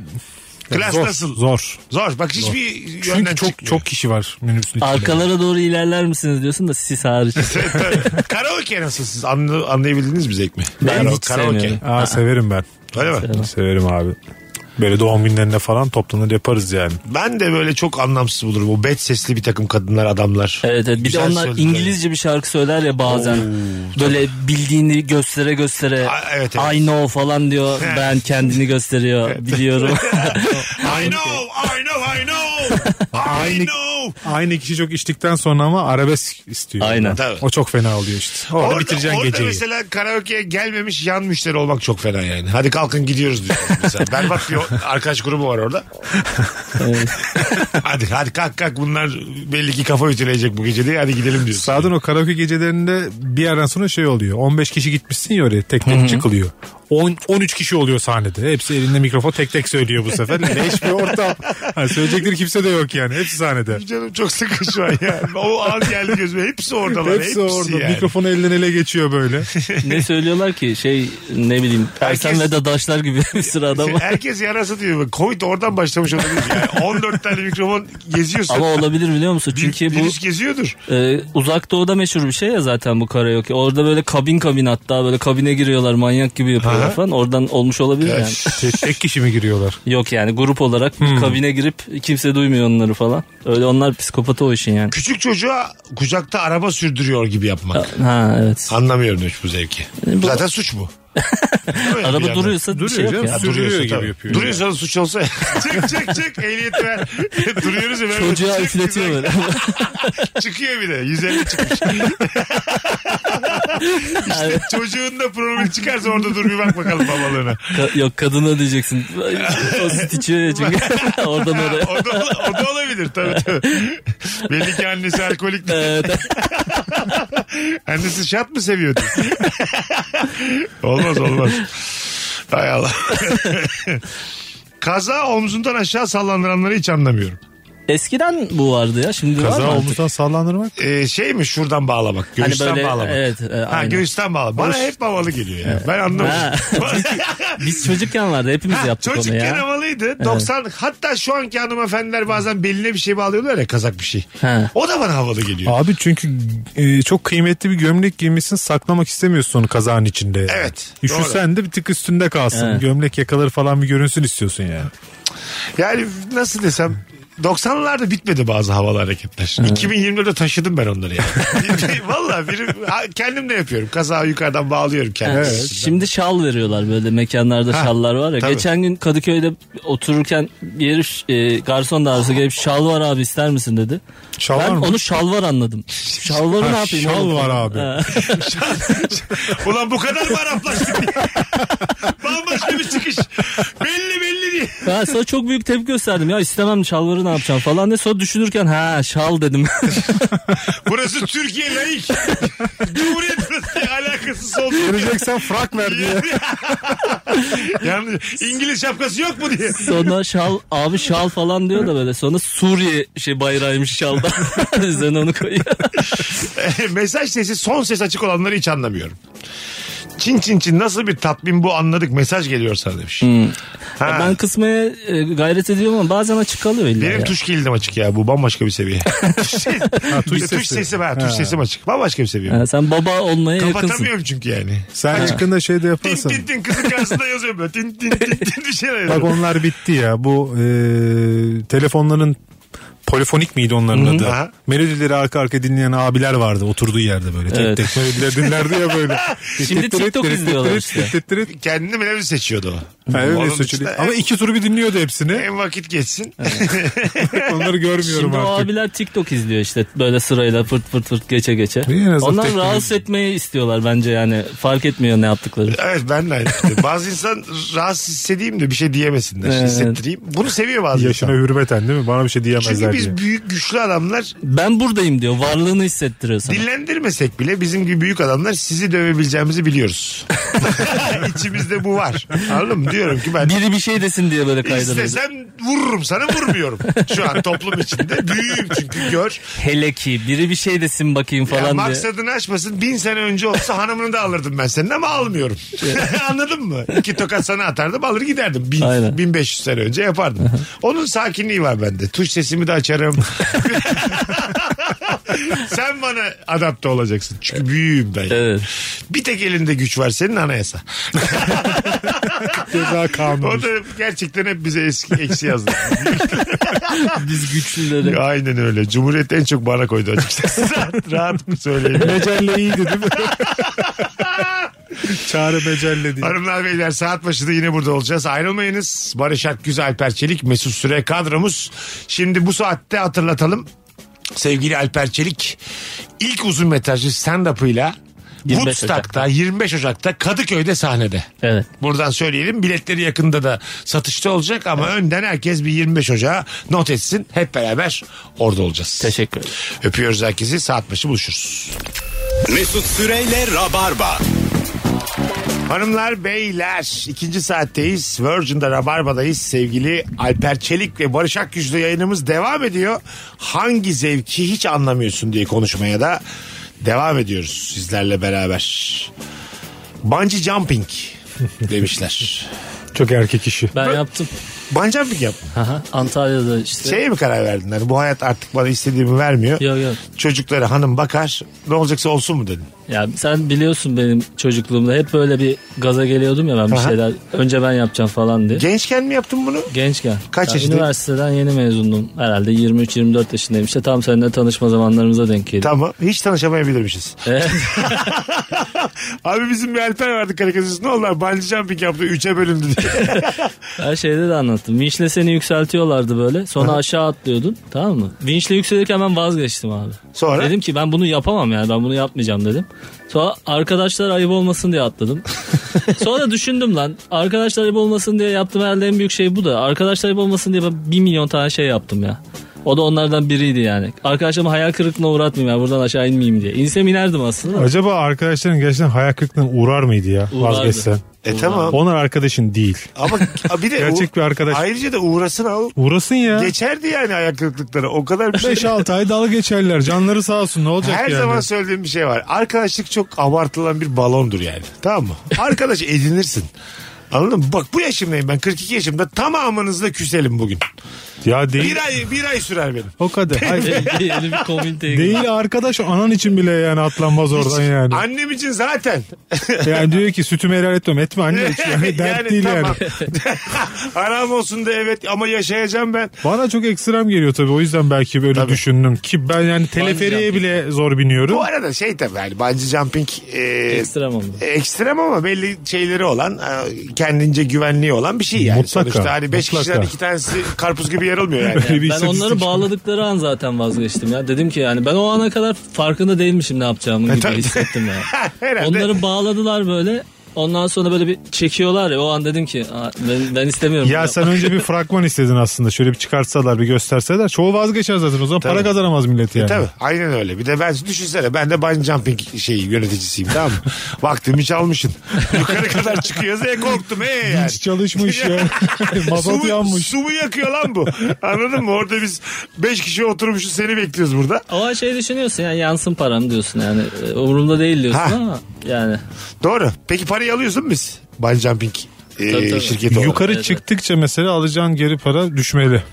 C: Klas
E: zor,
C: nasıl?
E: Zor.
C: Zor. Bak hiçbir yönden
E: Çünkü çok
C: çıkmıyor.
E: çok kişi var minibüsün içinde.
D: Arkalara doğru ilerler misiniz diyorsun da siz hariç.
C: Tabii. karaoke nasıl siz anlı, anlayabildiniz mi zevk mi?
D: Ben
C: Kara-
D: hiç sevmiyorum.
E: Aa, severim ben.
C: Öyle mi?
E: Severim abi. Böyle doğum günlerine falan toplanır yaparız yani.
C: Ben de böyle çok anlamsız bulurum. O bet sesli bir takım kadınlar adamlar.
D: Evet, evet. bir de
C: Güzel
D: onlar
C: sözler.
D: İngilizce bir şarkı söyler ya bazen. Böyle bildiğini göstere göstere.
C: A- evet, evet.
D: I know falan diyor. ben kendini gösteriyor. Biliyorum.
C: I know, I know, I know. I
E: Aynı,
C: know.
E: aynı kişi çok içtikten sonra ama arabesk istiyor.
D: Aynen.
C: Tabii.
E: O çok fena oluyor işte. Orada,
C: Orada,
E: bitireceksin
C: orada
E: geceyi.
C: mesela karaoke'ye gelmemiş yan müşteri olmak çok fena yani. Hadi kalkın gidiyoruz diyor mesela. Berbat bir o- arkadaş grubu var orada.
D: Evet.
C: hadi hadi kalk kalk bunlar belli ki kafa ütüleyecek bu gece diye hadi gidelim diyorsun.
E: Zaten o karaoke gecelerinde bir aradan sonra şey oluyor. 15 kişi gitmişsin ya oraya tek tek çıkılıyor. 10, 13 kişi oluyor sahnede. Hepsi elinde mikrofon tek tek söylüyor bu sefer. Leş bir ortam. Hani söyleyecekleri kimse de yok yani. Hepsi sahnede.
C: Canım çok sıkı şu an ya. O an geldi gözüme. Hepsi oradalar. Hepsi,
E: Hepsi orada.
C: yani.
E: Mikrofon elden ele geçiyor böyle.
D: ne söylüyorlar ki şey ne bileyim. Ersen
C: Herkes-
D: ve Dadaşlar gibi bir sürü adam var.
C: Herkes yarası diyor. Covid oradan başlamış olabilir. Yani 14 tane mikrofon geziyorsun.
D: Ama olabilir biliyor musun?
C: Bir-
D: Çünkü bu
C: virüs geziyordur.
D: Ee, uzak doğuda meşhur bir şey ya zaten bu karaoke. Orada böyle kabin kabin hatta böyle kabine giriyorlar manyak gibi yapıyorlar
C: Aha.
D: falan. Oradan olmuş olabilir yani.
E: Tek- tek kişi mi giriyorlar?
D: Yok yani grup olarak
C: Hmm.
D: bir kabine girip kimse duymuyor onları falan. Öyle onlar psikopatı o işin yani.
C: Küçük çocuğa kucakta araba sürdürüyor gibi yapmak.
D: Ha evet.
C: Anlamıyorum hiç bu zevki.
D: E, bu-
C: Zaten suç bu. Öyle
D: Araba
C: bir yandan.
D: duruyorsa bir şey
E: Duruyor
D: yok
E: canım.
D: ya.
E: Sür- Duruyorsa
C: Duruyorsa
E: gibi
C: tabii.
E: yapıyor.
C: Duruyorsa da suç olsa çık çık çık ehliyet ver. Duruyoruz ya. böyle şey
D: Çocuğa
C: çık,
D: üfletiyor
C: güzel.
D: böyle.
C: Çıkıyor bir de. 150 çıkmış. işte çocuğun da problemi çıkarsa orada dur bir bak bakalım babalığına.
D: Ka- Yok kadına diyeceksin. O süt içiyor ya çünkü. Oradan
C: Ha,
D: oraya.
C: o, da, o da olabilir tabii tabii. Belli ki annesi alkolik. de.
D: Evet.
C: Annesi şat mı seviyordu? olmaz olmaz. Hay Allah. Kaza omzundan aşağı sallandıranları hiç anlamıyorum.
D: Eskiden bu vardı ya. Şimdi var mı
E: Kaza
D: artık?
E: omuzdan sallandırmak.
C: Ee, şey mi şuradan bağlamak? Göğüsten
D: Hani böyle,
C: bağlamak.
D: evet, e,
C: ha,
D: aynen.
C: göğüsten bağlamak. Bana hep havalı geliyor ya. Ben
D: Ha.
C: anlamadım.
D: Biz çocukken vardı. Hepimiz
C: Ha,
D: yaptık onu
C: çocukken
D: ya.
C: havalıydı. 90 hatta şu anki hanımefendiler bazen beline bir şey bağlıyorlar ya kazak bir şey.
D: Ha.
C: O da bana havalı geliyor.
E: Abi çünkü e, çok kıymetli bir gömlek giymişsin saklamak istemiyorsun onu kazağın içinde. yani.
C: Evet,
E: Üşürsen de bir tık üstünde kalsın.
D: Evet.
E: Gömlek yakaları falan bir görünsün istiyorsun yani.
C: Yani nasıl desem 90'larda bitmedi bazı havalı hareketler. 2024'de taşıdım ben onları yani. Valla biri, ha, kendim de yapıyorum. Kazağı yukarıdan bağlıyorum kendim.
D: Şimdi şal veriyorlar böyle mekanlarda
C: Ha,
D: şallar var ya.
C: tabii.
D: Geçen gün Kadıköy'de otururken bir herif e, garson da arası gelip şal var abi ister misin dedi.
E: Şal
D: ben
E: var mı?
D: onu şal var anladım. Şal varı
E: Ha,
D: ne yapayım?
E: şal
D: oğlum?
E: var abi.
D: Ha.
C: Ulan bu kadar mı Araplaştık? Bambaşka bir çıkış. Belli belli diye.
D: Ben sana çok büyük tepki gösterdim. Ya istemem şalvarı ne yapacağım falan diye. Sonra düşünürken ha şal dedim.
C: Burası Türkiye laik. Cumhuriyet burası diye alakasız oldu.
E: Göreceksen frak ver diye.
C: yani İngiliz şapkası yok mu diye.
D: Sonra şal abi şal falan diyor da böyle. Sonra Suriye şey bayrağıymış şalda. Üzerine onu koyuyor.
C: Mesaj sesi son ses açık olanları hiç anlamıyorum. Çin çin çin nasıl bir tatmin bu anladık mesaj geliyor sana demiş. Ha,
D: Ben kısmaya e, gayret ediyorum ama bazen açık kalıyor illa
C: benim
D: ya.
C: tuş kildim açık ya bu bambaşka bir seviye.
E: Ha,
C: tuş,
E: tuş sesi.
C: sesim ha, tuş
E: Ha.
C: sesim açık bambaşka bir seviye.
D: Ha, sen baba olmaya yakınsın.
C: Kapatamıyorum çünkü yani.
E: Sen çıkında şey de
C: Tin
E: yaparsan.
C: tin tin kızın karşısında yazıyorum böyle tin tin tin tin bir şeyler
E: Bak
C: yazıyorum.
E: onlar bitti ya. Bu e, telefonların polifonik miydi onların adı?
C: Aha.
E: Melodileri arka arka dinleyen abiler vardı oturduğu yerde böyle. Tek
D: Evet.
E: tek melodiler dinlerdi ya böyle.
D: Şimdi TikTok izliyorlar işte.
C: Kendi melodi seçiyordu o.
E: Ha, öyle
C: Onun
E: seçili-
C: dışında
E: Ama
C: en-
E: iki turu bir dinliyordu hepsini.
C: en vakit geçsin.
E: Onları görmüyorum
D: Şimdi o
E: artık.
D: abiler TikTok izliyor işte böyle sırayla fırt fırt fırt geçe geçe.
E: İyi, en azından
D: Onlar
E: teknoloji-
D: rahatsız etmeyi istiyorlar bence yani fark etmiyor ne yaptıkları.
C: Evet ben de aynı. fikirdeyim. bazı insan rahatsız hissedeyim de bir şey diyemesinler.
D: Evet.
C: Hissettireyim. Bunu seviyor bazı
E: Yaşına
C: insan.
E: hürmeten değil mi? Bana bir şey diyemezler
C: Çünkü biz
E: diye.
C: büyük güçlü adamlar
D: Ben buradayım diyor varlığını hissettiriyor sana.
C: dinlendirmesek bile bizim gibi büyük adamlar sizi dövebileceğimizi biliyoruz. İçimizde bu var. Anladın mı? Diyorum ki ben
D: Biri bir şey desin diye böyle kaydırıyor.
C: istesem vururum sana vurmuyorum. Şu an toplum içinde. Büyüğüm çünkü gör.
D: Hele ki biri bir şey desin bakayım
C: Ya
D: falan diye.
C: maksadını aşmasın. Bin sene önce olsa hanımını da alırdım ben senin ama almıyorum. Anladın mı? İki tokat sana atardım alır giderdim. Bin,
D: Aynen.
C: 1500 sene önce yapardım. Onun sakinliği var bende. Tuş sesimi de açarım. Sen bana adapte olacaksın. Çünkü büyüğüm ben.
D: Evet.
C: Bir tek elinde güç var senin anayasa.
E: Ceza kanunu.
C: O da gerçekten hep bize eski, eksi yazdı.
D: Biz güçlüleri.
C: Aynen öyle. Cumhuriyet en çok bana koydu açıkçası. rahat, rahat söyleyeyim.
E: Mecelle iyiydi değil mi? Çağrı mecelle değil.
C: Hanımlar beyler saat başında yine burada olacağız. Ayrılmayınız. Barış Akgüz, Alper Çelik, Mesut Süre kadromuz. Şimdi bu saatte hatırlatalım. Sevgili Alper Çelik ilk uzun metrajlı stand-up'ıyla
D: 25
C: Woodstock'ta 25 Ocak'ta Kadıköy'de sahnede.
D: Evet.
C: Buradan söyleyelim biletleri yakında da satışta olacak ama önden herkes bir 25 Ocak'a not etsin. Hep beraber orada olacağız.
D: Teşekkür ederim.
C: Öpüyoruz herkesi saat başı buluşuruz.
B: Mesut Süreyle Rabarba.
C: Hanımlar beyler ikinci saatteyiz Virgin'de Rabarba'dayız sevgili Alper Çelik ve Barış Akgüz'le yayınımız devam ediyor. Hangi zevki hiç anlamıyorsun diye konuşmaya da devam ediyoruz sizlerle beraber. Bungee jumping demişler.
E: Çok erkek işi.
D: Ben yaptım.
C: Banca mı yap?
D: Aha, Antalya'da işte.
C: Şeye mi karar verdin? Hani bu hayat artık bana istediğimi vermiyor.
D: Yok yok.
C: Çocuklara hanım bakar. Ne olacaksa olsun mu dedin?
D: Ya sen biliyorsun benim çocukluğumda hep böyle bir gaza geliyordum ya ben bir
C: Aha.
D: şeyler önce ben yapacağım falan diye.
C: Gençken mi yaptın bunu?
D: Gençken.
C: Kaç
D: Ben
C: yaşında?
D: Üniversiteden yeni mezundum. Herhalde 23-24 yaşındayım. İşte tam seninle tanışma zamanlarımıza denk Ee, geldi.
C: Tamam. Hiç tanışamayabilirmişiz.
D: Evet.
C: Abi bizim bir Alper vardı karikatürist. Ne oldu? Bungee jumping yaptı. Üçe bölündü diye.
D: Her şeyde de anlattım. Vinçle seni yükseltiyorlardı böyle. Sonra aşağı atlıyordun. Tamam mı? Vinçle yükselirken ben vazgeçtim abi.
C: Sonra?
D: Dedim ki ben bunu yapamam yani. Ben bunu yapmayacağım dedim. Sonra arkadaşlar ayıp olmasın diye atladım. Sonra düşündüm lan. Arkadaşlar ayıp olmasın diye yaptım herhalde en büyük şey bu da. Arkadaşlar ayıp olmasın diye ben bir milyon tane şey yaptım ya. O da onlardan biriydi yani. Arkadaşlarımı hayal kırıklığına uğratmayayım ya buradan aşağı inmeyeyim diye. İnsem inerdim aslında.
E: Acaba arkadaşların gerçekten hayal kırıklığına uğrar mıydı ya
D: Uğrardı.
E: vazgeçsen?
C: e tamam.
E: Onlar arkadaşın değil.
C: Ama bir de
E: Gerçek bir arkadaş.
C: Ayrıca da uğrasın al.
E: Uğrasın ya.
C: Geçerdi yani ayak kırıklıkları. O kadar bir şey.
E: 5-6 ay dalga geçerler. Canları sağ olsun ne olacak
C: Her
E: yani?
C: zaman söylediğim bir şey var. Arkadaşlık çok abartılan bir balondur yani. Tamam mı? Arkadaş edinirsin. Anladın mı? Bak bu yaşımdayım ben 42 yaşımda tamamınızla küselim bugün.
E: Ya değil.
C: Bir ay, bir ay sürer benim.
E: O kadar. Hayır.
D: Yeni bir komüniteye girdim.
E: Değil arkadaş anan için bile yani atlanmaz oradan yani.
C: Annem için zaten.
E: Yani diyor ki sütümü helal etmem etme anne. hiç. Yani dert değil yani.
C: Haram olsun da evet ama yaşayacağım ben.
E: Bana çok ekstrem geliyor tabii o yüzden belki böyle
C: Tabii.
E: düşündüm ki ben yani teleferiye bile zor biniyorum.
C: Bu arada şey tabii yani bungee jumping e,
D: Ekstrem oldu.
C: ekstrem ama belli şeyleri olan e, kendince güvenliği olan bir şey yani.
E: Mutlaka,
C: Sonuçta hani 5
E: mutlaka.
C: kişiden 2 tanesi karpuz gibi yarılmıyor yani.
E: Öyle bir
D: Ben
E: istatistik.
D: onları bağladıkları an zaten vazgeçtim ya. Dedim ki yani ben o ana kadar farkında değilmişim ne
E: E,
D: yapacağımı gibi
C: tabii.
D: hissettim ya.
C: Herhalde.
D: Onları bağladılar böyle. Ondan sonra böyle bir çekiyorlar ya. O an dedim ki "Aa, ben, ben istemiyorum.
E: Ya
D: bunu
E: sen
D: yapmak."
E: önce bir fragman istedin aslında. Şöyle bir çıkartsalar bir gösterseler. Çoğu vazgeçer zaten. O zaman para kazanamaz millet yani.
C: Tabii aynen öyle. Bir de ben düşünsene ben de bungee jumping şeyi yöneticisiyim tamam mı? Vaktimi çalmışın. Yukarı kadar çıkıyoruz e korktum e yani.
E: Hiç çalışmış ya. Mazot
C: su, mu,
E: yanmış.
C: su mu yakıyor lan bu? Anladın mı? Orada biz 5 kişi oturmuşuz seni bekliyoruz burada.
D: O an şey düşünüyorsun yani yansın param diyorsun yani. E, Umurumda değil diyorsun
C: Ha.
D: ama yani.
C: Doğru. Peki parayı alıyorsun mu biz? Bungee jumping e,
D: Tabii, tabii.
C: şirketi olarak.
E: Yukarı
D: Evet,
E: çıktıkça mesela alacağın geri para düşmeli.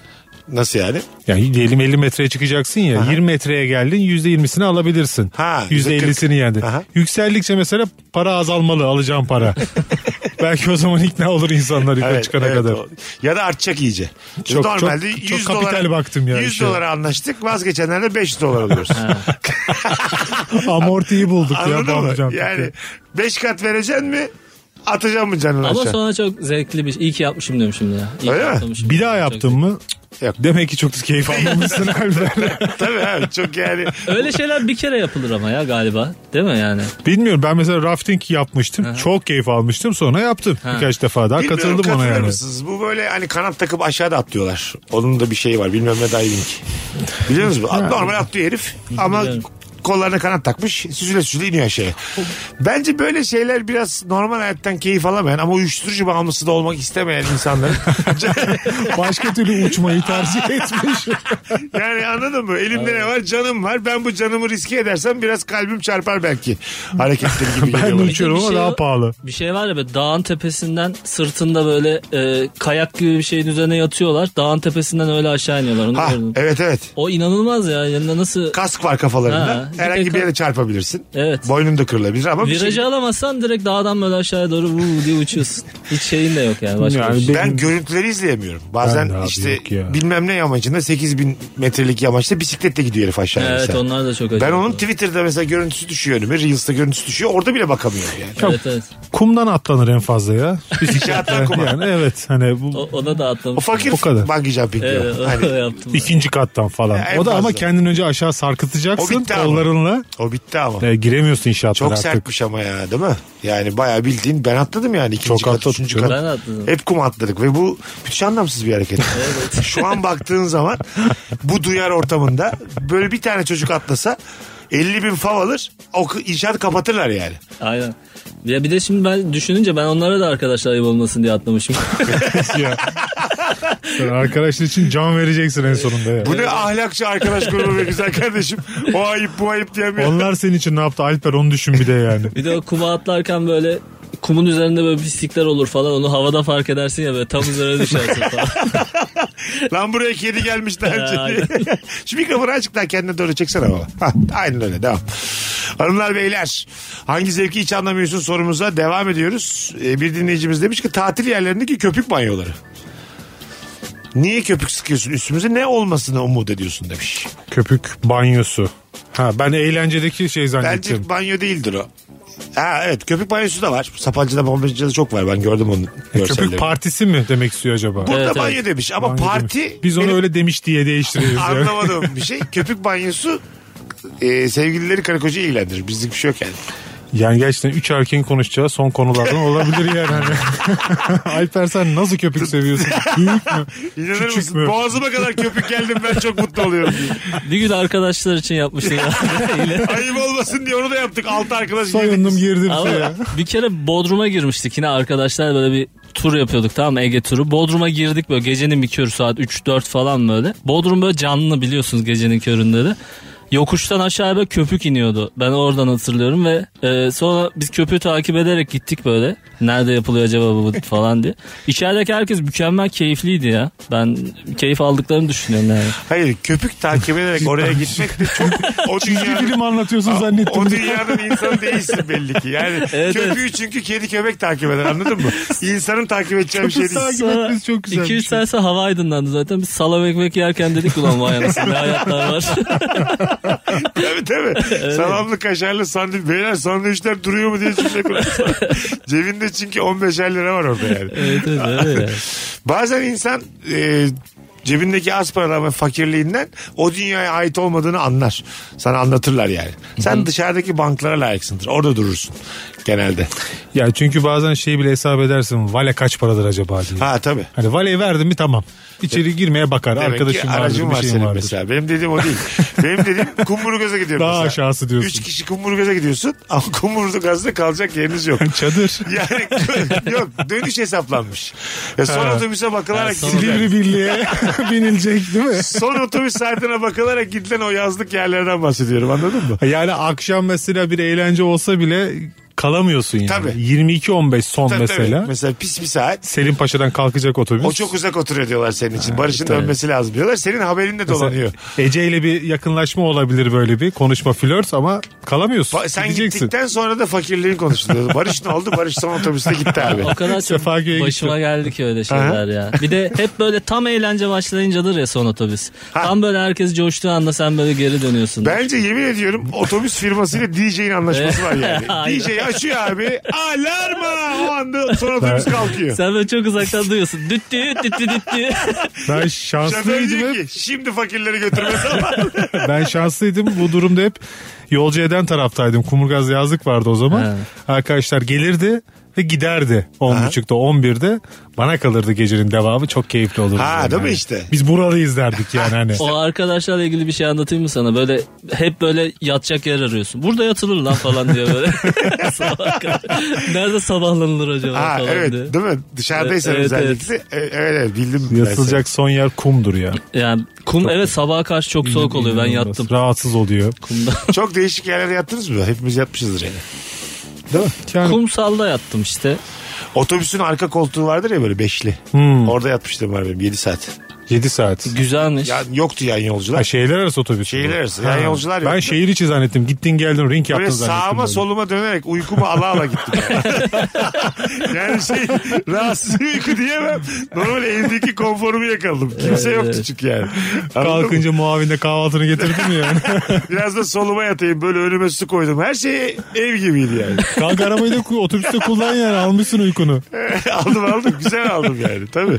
C: Nasıl yani?
E: Yani diyelim 50 metreye çıkacaksın ya. 20 metreye geldin %20'sini alabilirsin.
C: Ha,
E: %50'sini yani.
C: Aha.
E: Yükseldikçe mesela para azalmalı alacağın para. Belki o zaman ikna olur insanlar yukarı çıkana
C: evet,
E: kadar.
C: o- Ya da artacak iyice. Çok,
E: Çok-
C: Normalde
E: çok-
C: 100
E: çok kapital
C: dolara,
E: baktım ya
C: 100
E: işe.
C: dolara anlaştık. Vazgeçenlerde 500 dolar alıyoruz.
E: Amortiyi bulduk ya
C: Anladın
E: Bambucan.
C: mı? Yani 5 kat vereceksin mi? Atacaksın mı canını
D: Ama
C: aşağı?
D: sonra çok zevkli bir şey. İyi ki yapmışım diyorum şimdi ya. İyi ki
C: Öyle mi?
D: atlamışım.
E: Bir daha
D: Çok
E: yaptın mı?
C: Yok.
E: Demek ki çok da keyif almamışsın Alper.
C: Tabii abi çok yani.
D: Öyle şeyler bir kere yapılır ama ya galiba. Değil mi yani?
E: Bilmiyorum ben mesela rafting yapmıştım. Çok keyif almıştım sonra yaptım birkaç defa daha.
C: Bilmiyorum,
E: Katıldım ona
C: katılır
E: yani.
C: Mısınız? Bu böyle hani kanat takıp aşağıda atlıyorlar. Onun da bir şeyi var. Bilmem ne diving. Biliyor musunuz? At- Normal atlıyor herif ama
D: Biliyorum.
C: kollarına kanat takmış. Süzüle süzüle iniyor aşağıya. Bence böyle şeyler biraz normal hayattan keyif alamayan ama uyuşturucu bağımlısı da olmak istemeyen insanların
E: Başka türlü uçmayı tercih etmiş.
C: Yani anladın mı? Elimde ne var? Canım var. Ben bu canımı riske edersem biraz kalbim çarpar belki. Hareketleri gibi geliyor
E: ben
C: bana.
E: uçuyorum
D: Bir
E: ama
D: şey
E: daha
D: yok.
E: pahalı.
D: Bir şey var ya böyle dağın tepesinden sırtında böyle e, kayak gibi bir şeyin üzerine yatıyorlar. Dağın tepesinden öyle aşağı iniyorlar. Onu
C: Ha,
D: gördüm.
C: evet evet.
D: O inanılmaz ya. Yanında nasıl
C: Kask var kafalarında.
D: Ha, bir
C: Herhangi
D: tek-
C: bir yere çarpabilirsin.
D: Evet.
C: Boynun da kırılabilir ama bir
D: virajı
C: şey-
D: alamazsan direkt dağdan böyle aşağıya doğru vuu diye uçuyorsun. Hiç şeyin de yok yani. Başka
E: Yani
D: bir şey.
E: bir-
C: Ben görüntüleri izleyemiyorum. Bazen
E: Ben de abi
C: işte
E: yok ya.
C: bilmem ne yamacında 8000 metrelik yamaçta bisikletle gidiyor herif aşağıya.
D: Evet
C: mesela.
D: onlar da çok acayip.
C: Ben onun
D: oluyor.
C: Twitter'da mesela görüntüsü düşüyor önüme. Reels'ta görüntüsü düşüyor. Orada bile bakamıyorum yani.
D: Evet evet.
E: Kumdan atlanır en fazla ya.
C: Kağıttan kuma.
E: yani evet hani bu
D: O, ona da
C: O
D: atlamış.
C: fakir
E: O kadar.
C: bungee jumping diyor.
D: Evet o
C: Hani,
D: yaptım. ben.
E: ikinci kattan falan.
C: En
E: o da ama
C: fazla.
E: kendini önce aşağı
C: O
E: sarkıtacaksın
C: bitti ama.
E: kollarınla.
C: o bitti ama.
E: E, giremiyorsun inşaatlara
C: Çok
E: artık.
C: sertmiş ama ya değil mi? Yani bayağı bildiğin ben atladım yani ikinci
E: Çok
C: kat,
E: atladım.
C: üçüncü kat.
D: Ben atladım.
C: Hep kum atladık ve bu hiç anlamsız bir hareket. Şu an baktığın zaman bu duyar ortamında böyle bir tane çocuk atlasa 50 bin fav alır o k- inşaatı kapatırlar yani.
D: Aynen. Ya bir de şimdi ben düşününce ben onlara da arkadaşlar ayıp olmasın diye atlamışım.
E: Ya. Sen arkadaşın için can vereceksin en sonunda ya.
C: Bu ne ahlakçı arkadaş grubu be güzel kardeşim. O ayıp bu ayıp diyemiyor.
E: Onlar senin için ne yaptı Alper onu düşün bir de yani.
D: bir de o kuma atlarken böyle kumun üzerinde böyle pislikler olur falan onu havada fark edersin ya böyle tam üzerine düşersin falan.
C: Lan buraya kedi gelmiş daha önce. Şu mikrofonu azıcık daha kendine doğru çeksene baba. Hah, Aynen öyle devam. Hanımlar beyler hangi zevki hiç anlamıyorsun sorumuza devam ediyoruz. Ee, bir dinleyicimiz demiş ki tatil yerlerindeki köpük banyoları. Niye köpük sıkıyorsun üstümüze ne olmasını umut ediyorsun demiş.
E: Köpük banyosu. Ha ben eğlencedeki şey zannettim.
C: Bence banyo değildir o. Ha evet köpük banyosu da var. Sapancı'da Bombacı'da çok var ben gördüm onu. görselleri.
E: E, Köpük partisi mi demek istiyor acaba?
C: Burada
D: Evet,
C: banyo
D: evet.
C: demiş ama
E: Banyo
C: parti...
E: demiş. Biz onu
C: benim-
E: öyle demiş diye değiştiriyoruz ya.
C: Anlamadığım bir şey. Köpük banyosu e, sevgilileri karı koca ilgilendirir. Bizlik bir şey yok yani.
E: Yani gerçekten üç erkeğin konuşacağı son konulardan olabilir yani. Hani. Alper sen nasıl köpük seviyorsun? Büyük mü?
C: İnanır
E: Küçük
C: mısın?
E: mü?
C: Boğazıma kadar köpük geldim ben çok mutlu oluyorum diye.
D: bir gün arkadaşlar için yapmıştım.
C: Ayıp olmasın diye onu da yaptık. Altı arkadaş
E: Soyundum
C: girdik.
E: girdim
D: Ama
E: şeye.
D: bir kere Bodrum'a girmiştik yine arkadaşlar böyle bir tur yapıyorduk tamam mı? Ege turu. Bodrum'a girdik böyle gecenin bir körü saat 3-4 falan böyle. Bodrum böyle canlı biliyorsunuz gecenin köründe de. Yokuştan aşağıya böyle köpük iniyordu. Ben oradan hatırlıyorum ve e, sonra biz köpüğü takip ederek gittik böyle. Nerede yapılıyor acaba bu falan diye. İçerideki herkes mükemmel keyifliydi ya. Ben keyif aldıklarını düşünüyorum yani.
C: Hayır köpük takip ederek oraya gitmek de çok... O dünyanın,
E: Film anlatıyorsun
C: o
E: zannettim.
C: dünyanın insanı değilsin belli ki. Yani köpüğü çünkü kedi köpek takip eder anladın mı? İnsanın takip edeceği bir şey değil.
E: Takip etmeniz çok güzelmiş.
D: 2-3 sene sonra hava aydınlandı zaten. Biz salam ekmek yerken dedik ulan vay anasını ne hayatlar var.
C: Tabii tabii. Salamlı kaşarlı sandviç. Beyler sandviçler duruyor mu diye cümle kurarsan. Cebinde çünkü 15'er lira var orada yani.
D: evet evet öyle ya.
C: Bazen insan e, cebindeki az paradan ve fakirliğinden o dünyaya ait olmadığını anlar. Sana anlatırlar yani. Sen dışarıdaki banklara layıksındır. Orada durursun genelde.
E: Ya çünkü bazen şeyi bile hesap edersin. Vale kaç paradır acaba diye.
C: Ha tabii.
E: Hani valeyi verdin mi tamam. İçeri girmeye bakar.
C: Demek
E: Arkadaşım
C: ki aracın
E: vardır,
C: var
E: bir
C: senin
E: şeyin vardır.
C: mesela. Benim dediğim o değil. Benim dediğim kumburgaz'a gidiyorum
E: Daha
C: mesela.
E: aşağısı diyorsun.
C: Üç kişi kumburgaz'a gidiyorsun ama kumburgaz'da kalacak yeriniz yok.
E: Çadır.
C: Yani yok dönüş hesaplanmış. Ya son
E: Ha.
C: otobüse bakılarak
D: son
C: gidilen-
E: Silivri birliğe binilecek değil mi?
C: son otobüs saatine bakılarak gidilen o yazlık yerlerden bahsediyorum anladın mı?
E: Yani akşam mesela bir eğlence olsa bile kalamıyorsun yani.
C: Tabii.
E: 22-15 son
C: Tabii, tabii.
E: mesela.
C: Mesela pis bir saat.
E: Selim Paşa'dan kalkacak otobüs.
C: O çok uzak oturuyor diyorlar senin için. Barış'ın dönmesi lazım diyorlar. Senin haberin de dolanıyor.
E: Ece ile bir yakınlaşma olabilir böyle bir konuşma flört ama kalamıyorsun.
C: Ba- sen
E: Gideceksin.
C: gittikten sonra da fakirliğin konuşuluyor. Barış ne oldu? Barış son otobüste gitti abi.
D: O kadar çok
E: Sefaköy'e
D: başıma geldi ki öyle şeyler ya. Bir de hep böyle tam eğlence başlayıncadır ya son otobüs. Tam böyle herkes coştuğu anda sen böyle geri dönüyorsun.
C: Bence yemin ediyorum otobüs firmasıyla DJ'in anlaşması var yani.
D: Aynen.
C: DJ açıyor abi. Alarma! O anda son otobüs kalkıyor.
D: Sen böyle çok uzaktan duyuyorsun. Düttü düttü düttü.
E: Ben
C: Şoför
E: şanslıydım
C: diyor
E: hep.
C: ki şimdi fakirleri götürmesi ama.
E: Ben şanslıydım. Bu durumda hep yolcu eden taraftaydım. Kumurgaz yazlık vardı o zaman.
D: Ha.
E: Arkadaşlar gelirdi ve giderdi 10.30'da 11'de bana kalırdı gecenin devamı çok keyifli olurdu.
C: Ha,
E: yani. Hani
C: değil mi işte?
E: Biz buralıyız derdik yani hani.
D: O arkadaşlarla ilgili bir şey anlatayım mı sana? Böyle hep böyle yatacak yer arıyorsun. Burada yatılır lan falan diyor böyle. Sabah kadar. Nerede sabahlanılır acaba
C: Ha
D: falan
C: evet
D: diye.
C: değil mi? Dışarıdaysan
D: Evet, evet.
C: özellikle. E, Evet. evet bildim. ben
E: Yatılacak son yer kumdur ya.
D: Yani kum evet sabaha karşı çok soğuk oluyor. Ben yattım
E: Rahatsız oluyor.
D: kumda.
C: seni. Çok değişik yerlere yattınız mı? Hepimiz yatmışızdır yani. Değil mi?
E: Yani
D: Kumsalda yattım işte.
C: Otobüsün arka koltuğu vardır ya böyle beşli.
E: Hmm.
C: Orada yatmıştım var benim 7 saat.
E: 7 saat.
D: Güzelmiş.
C: Ya yoktu yan yolcular.
E: Ha, şehirler arası otobüs.
C: Şehirler arası. Yani yolcular yok.
E: Ben şehir içi zannettim. Gittin geldin ring yaptın
C: Böyle
E: zannettim.
C: sağıma
E: böyle.
C: soluma dönerek uykumu ala ala gittim. yani şey rahatsız bir uyku diyemem. Normal evdeki konforumu yakaladım. Kimse yoktu çünkü yani. Anladın mı?
E: Kalkınca muavinde kahvaltını getirdin mi yani?
C: Biraz da soluma yatayım böyle önüme su koydum. Her şey ev gibiydi yani.
E: Kalk arabayı da ku- otobüste kullan yani almışsın uykunu.
C: aldım aldım güzel aldım yani tabii.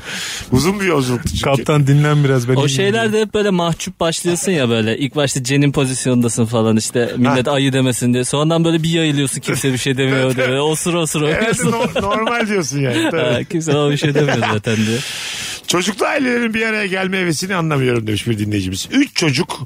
C: Uzun bir yolculuktu çünkü.
E: Kaptan dinlen biraz. Ben
D: O
E: iyiyim diye.
D: şeyler de hep böyle mahcup başlıyorsun ya böyle. İlk başta cenin pozisyonundasın falan işte. Millet ayı demesin diye. Sonradan böyle bir yayılıyorsun kimse bir şey demiyor diye. Osur osur
C: Herhalde
D: oynuyorsun.
C: no- normal diyorsun yani. Tabii.
D: Ha, kimse bana bir şey demiyor zaten diye.
C: Çocuklu ailelerin bir araya gelme hevesini anlamıyorum demiş bir dinleyicimiz. Üç çocuk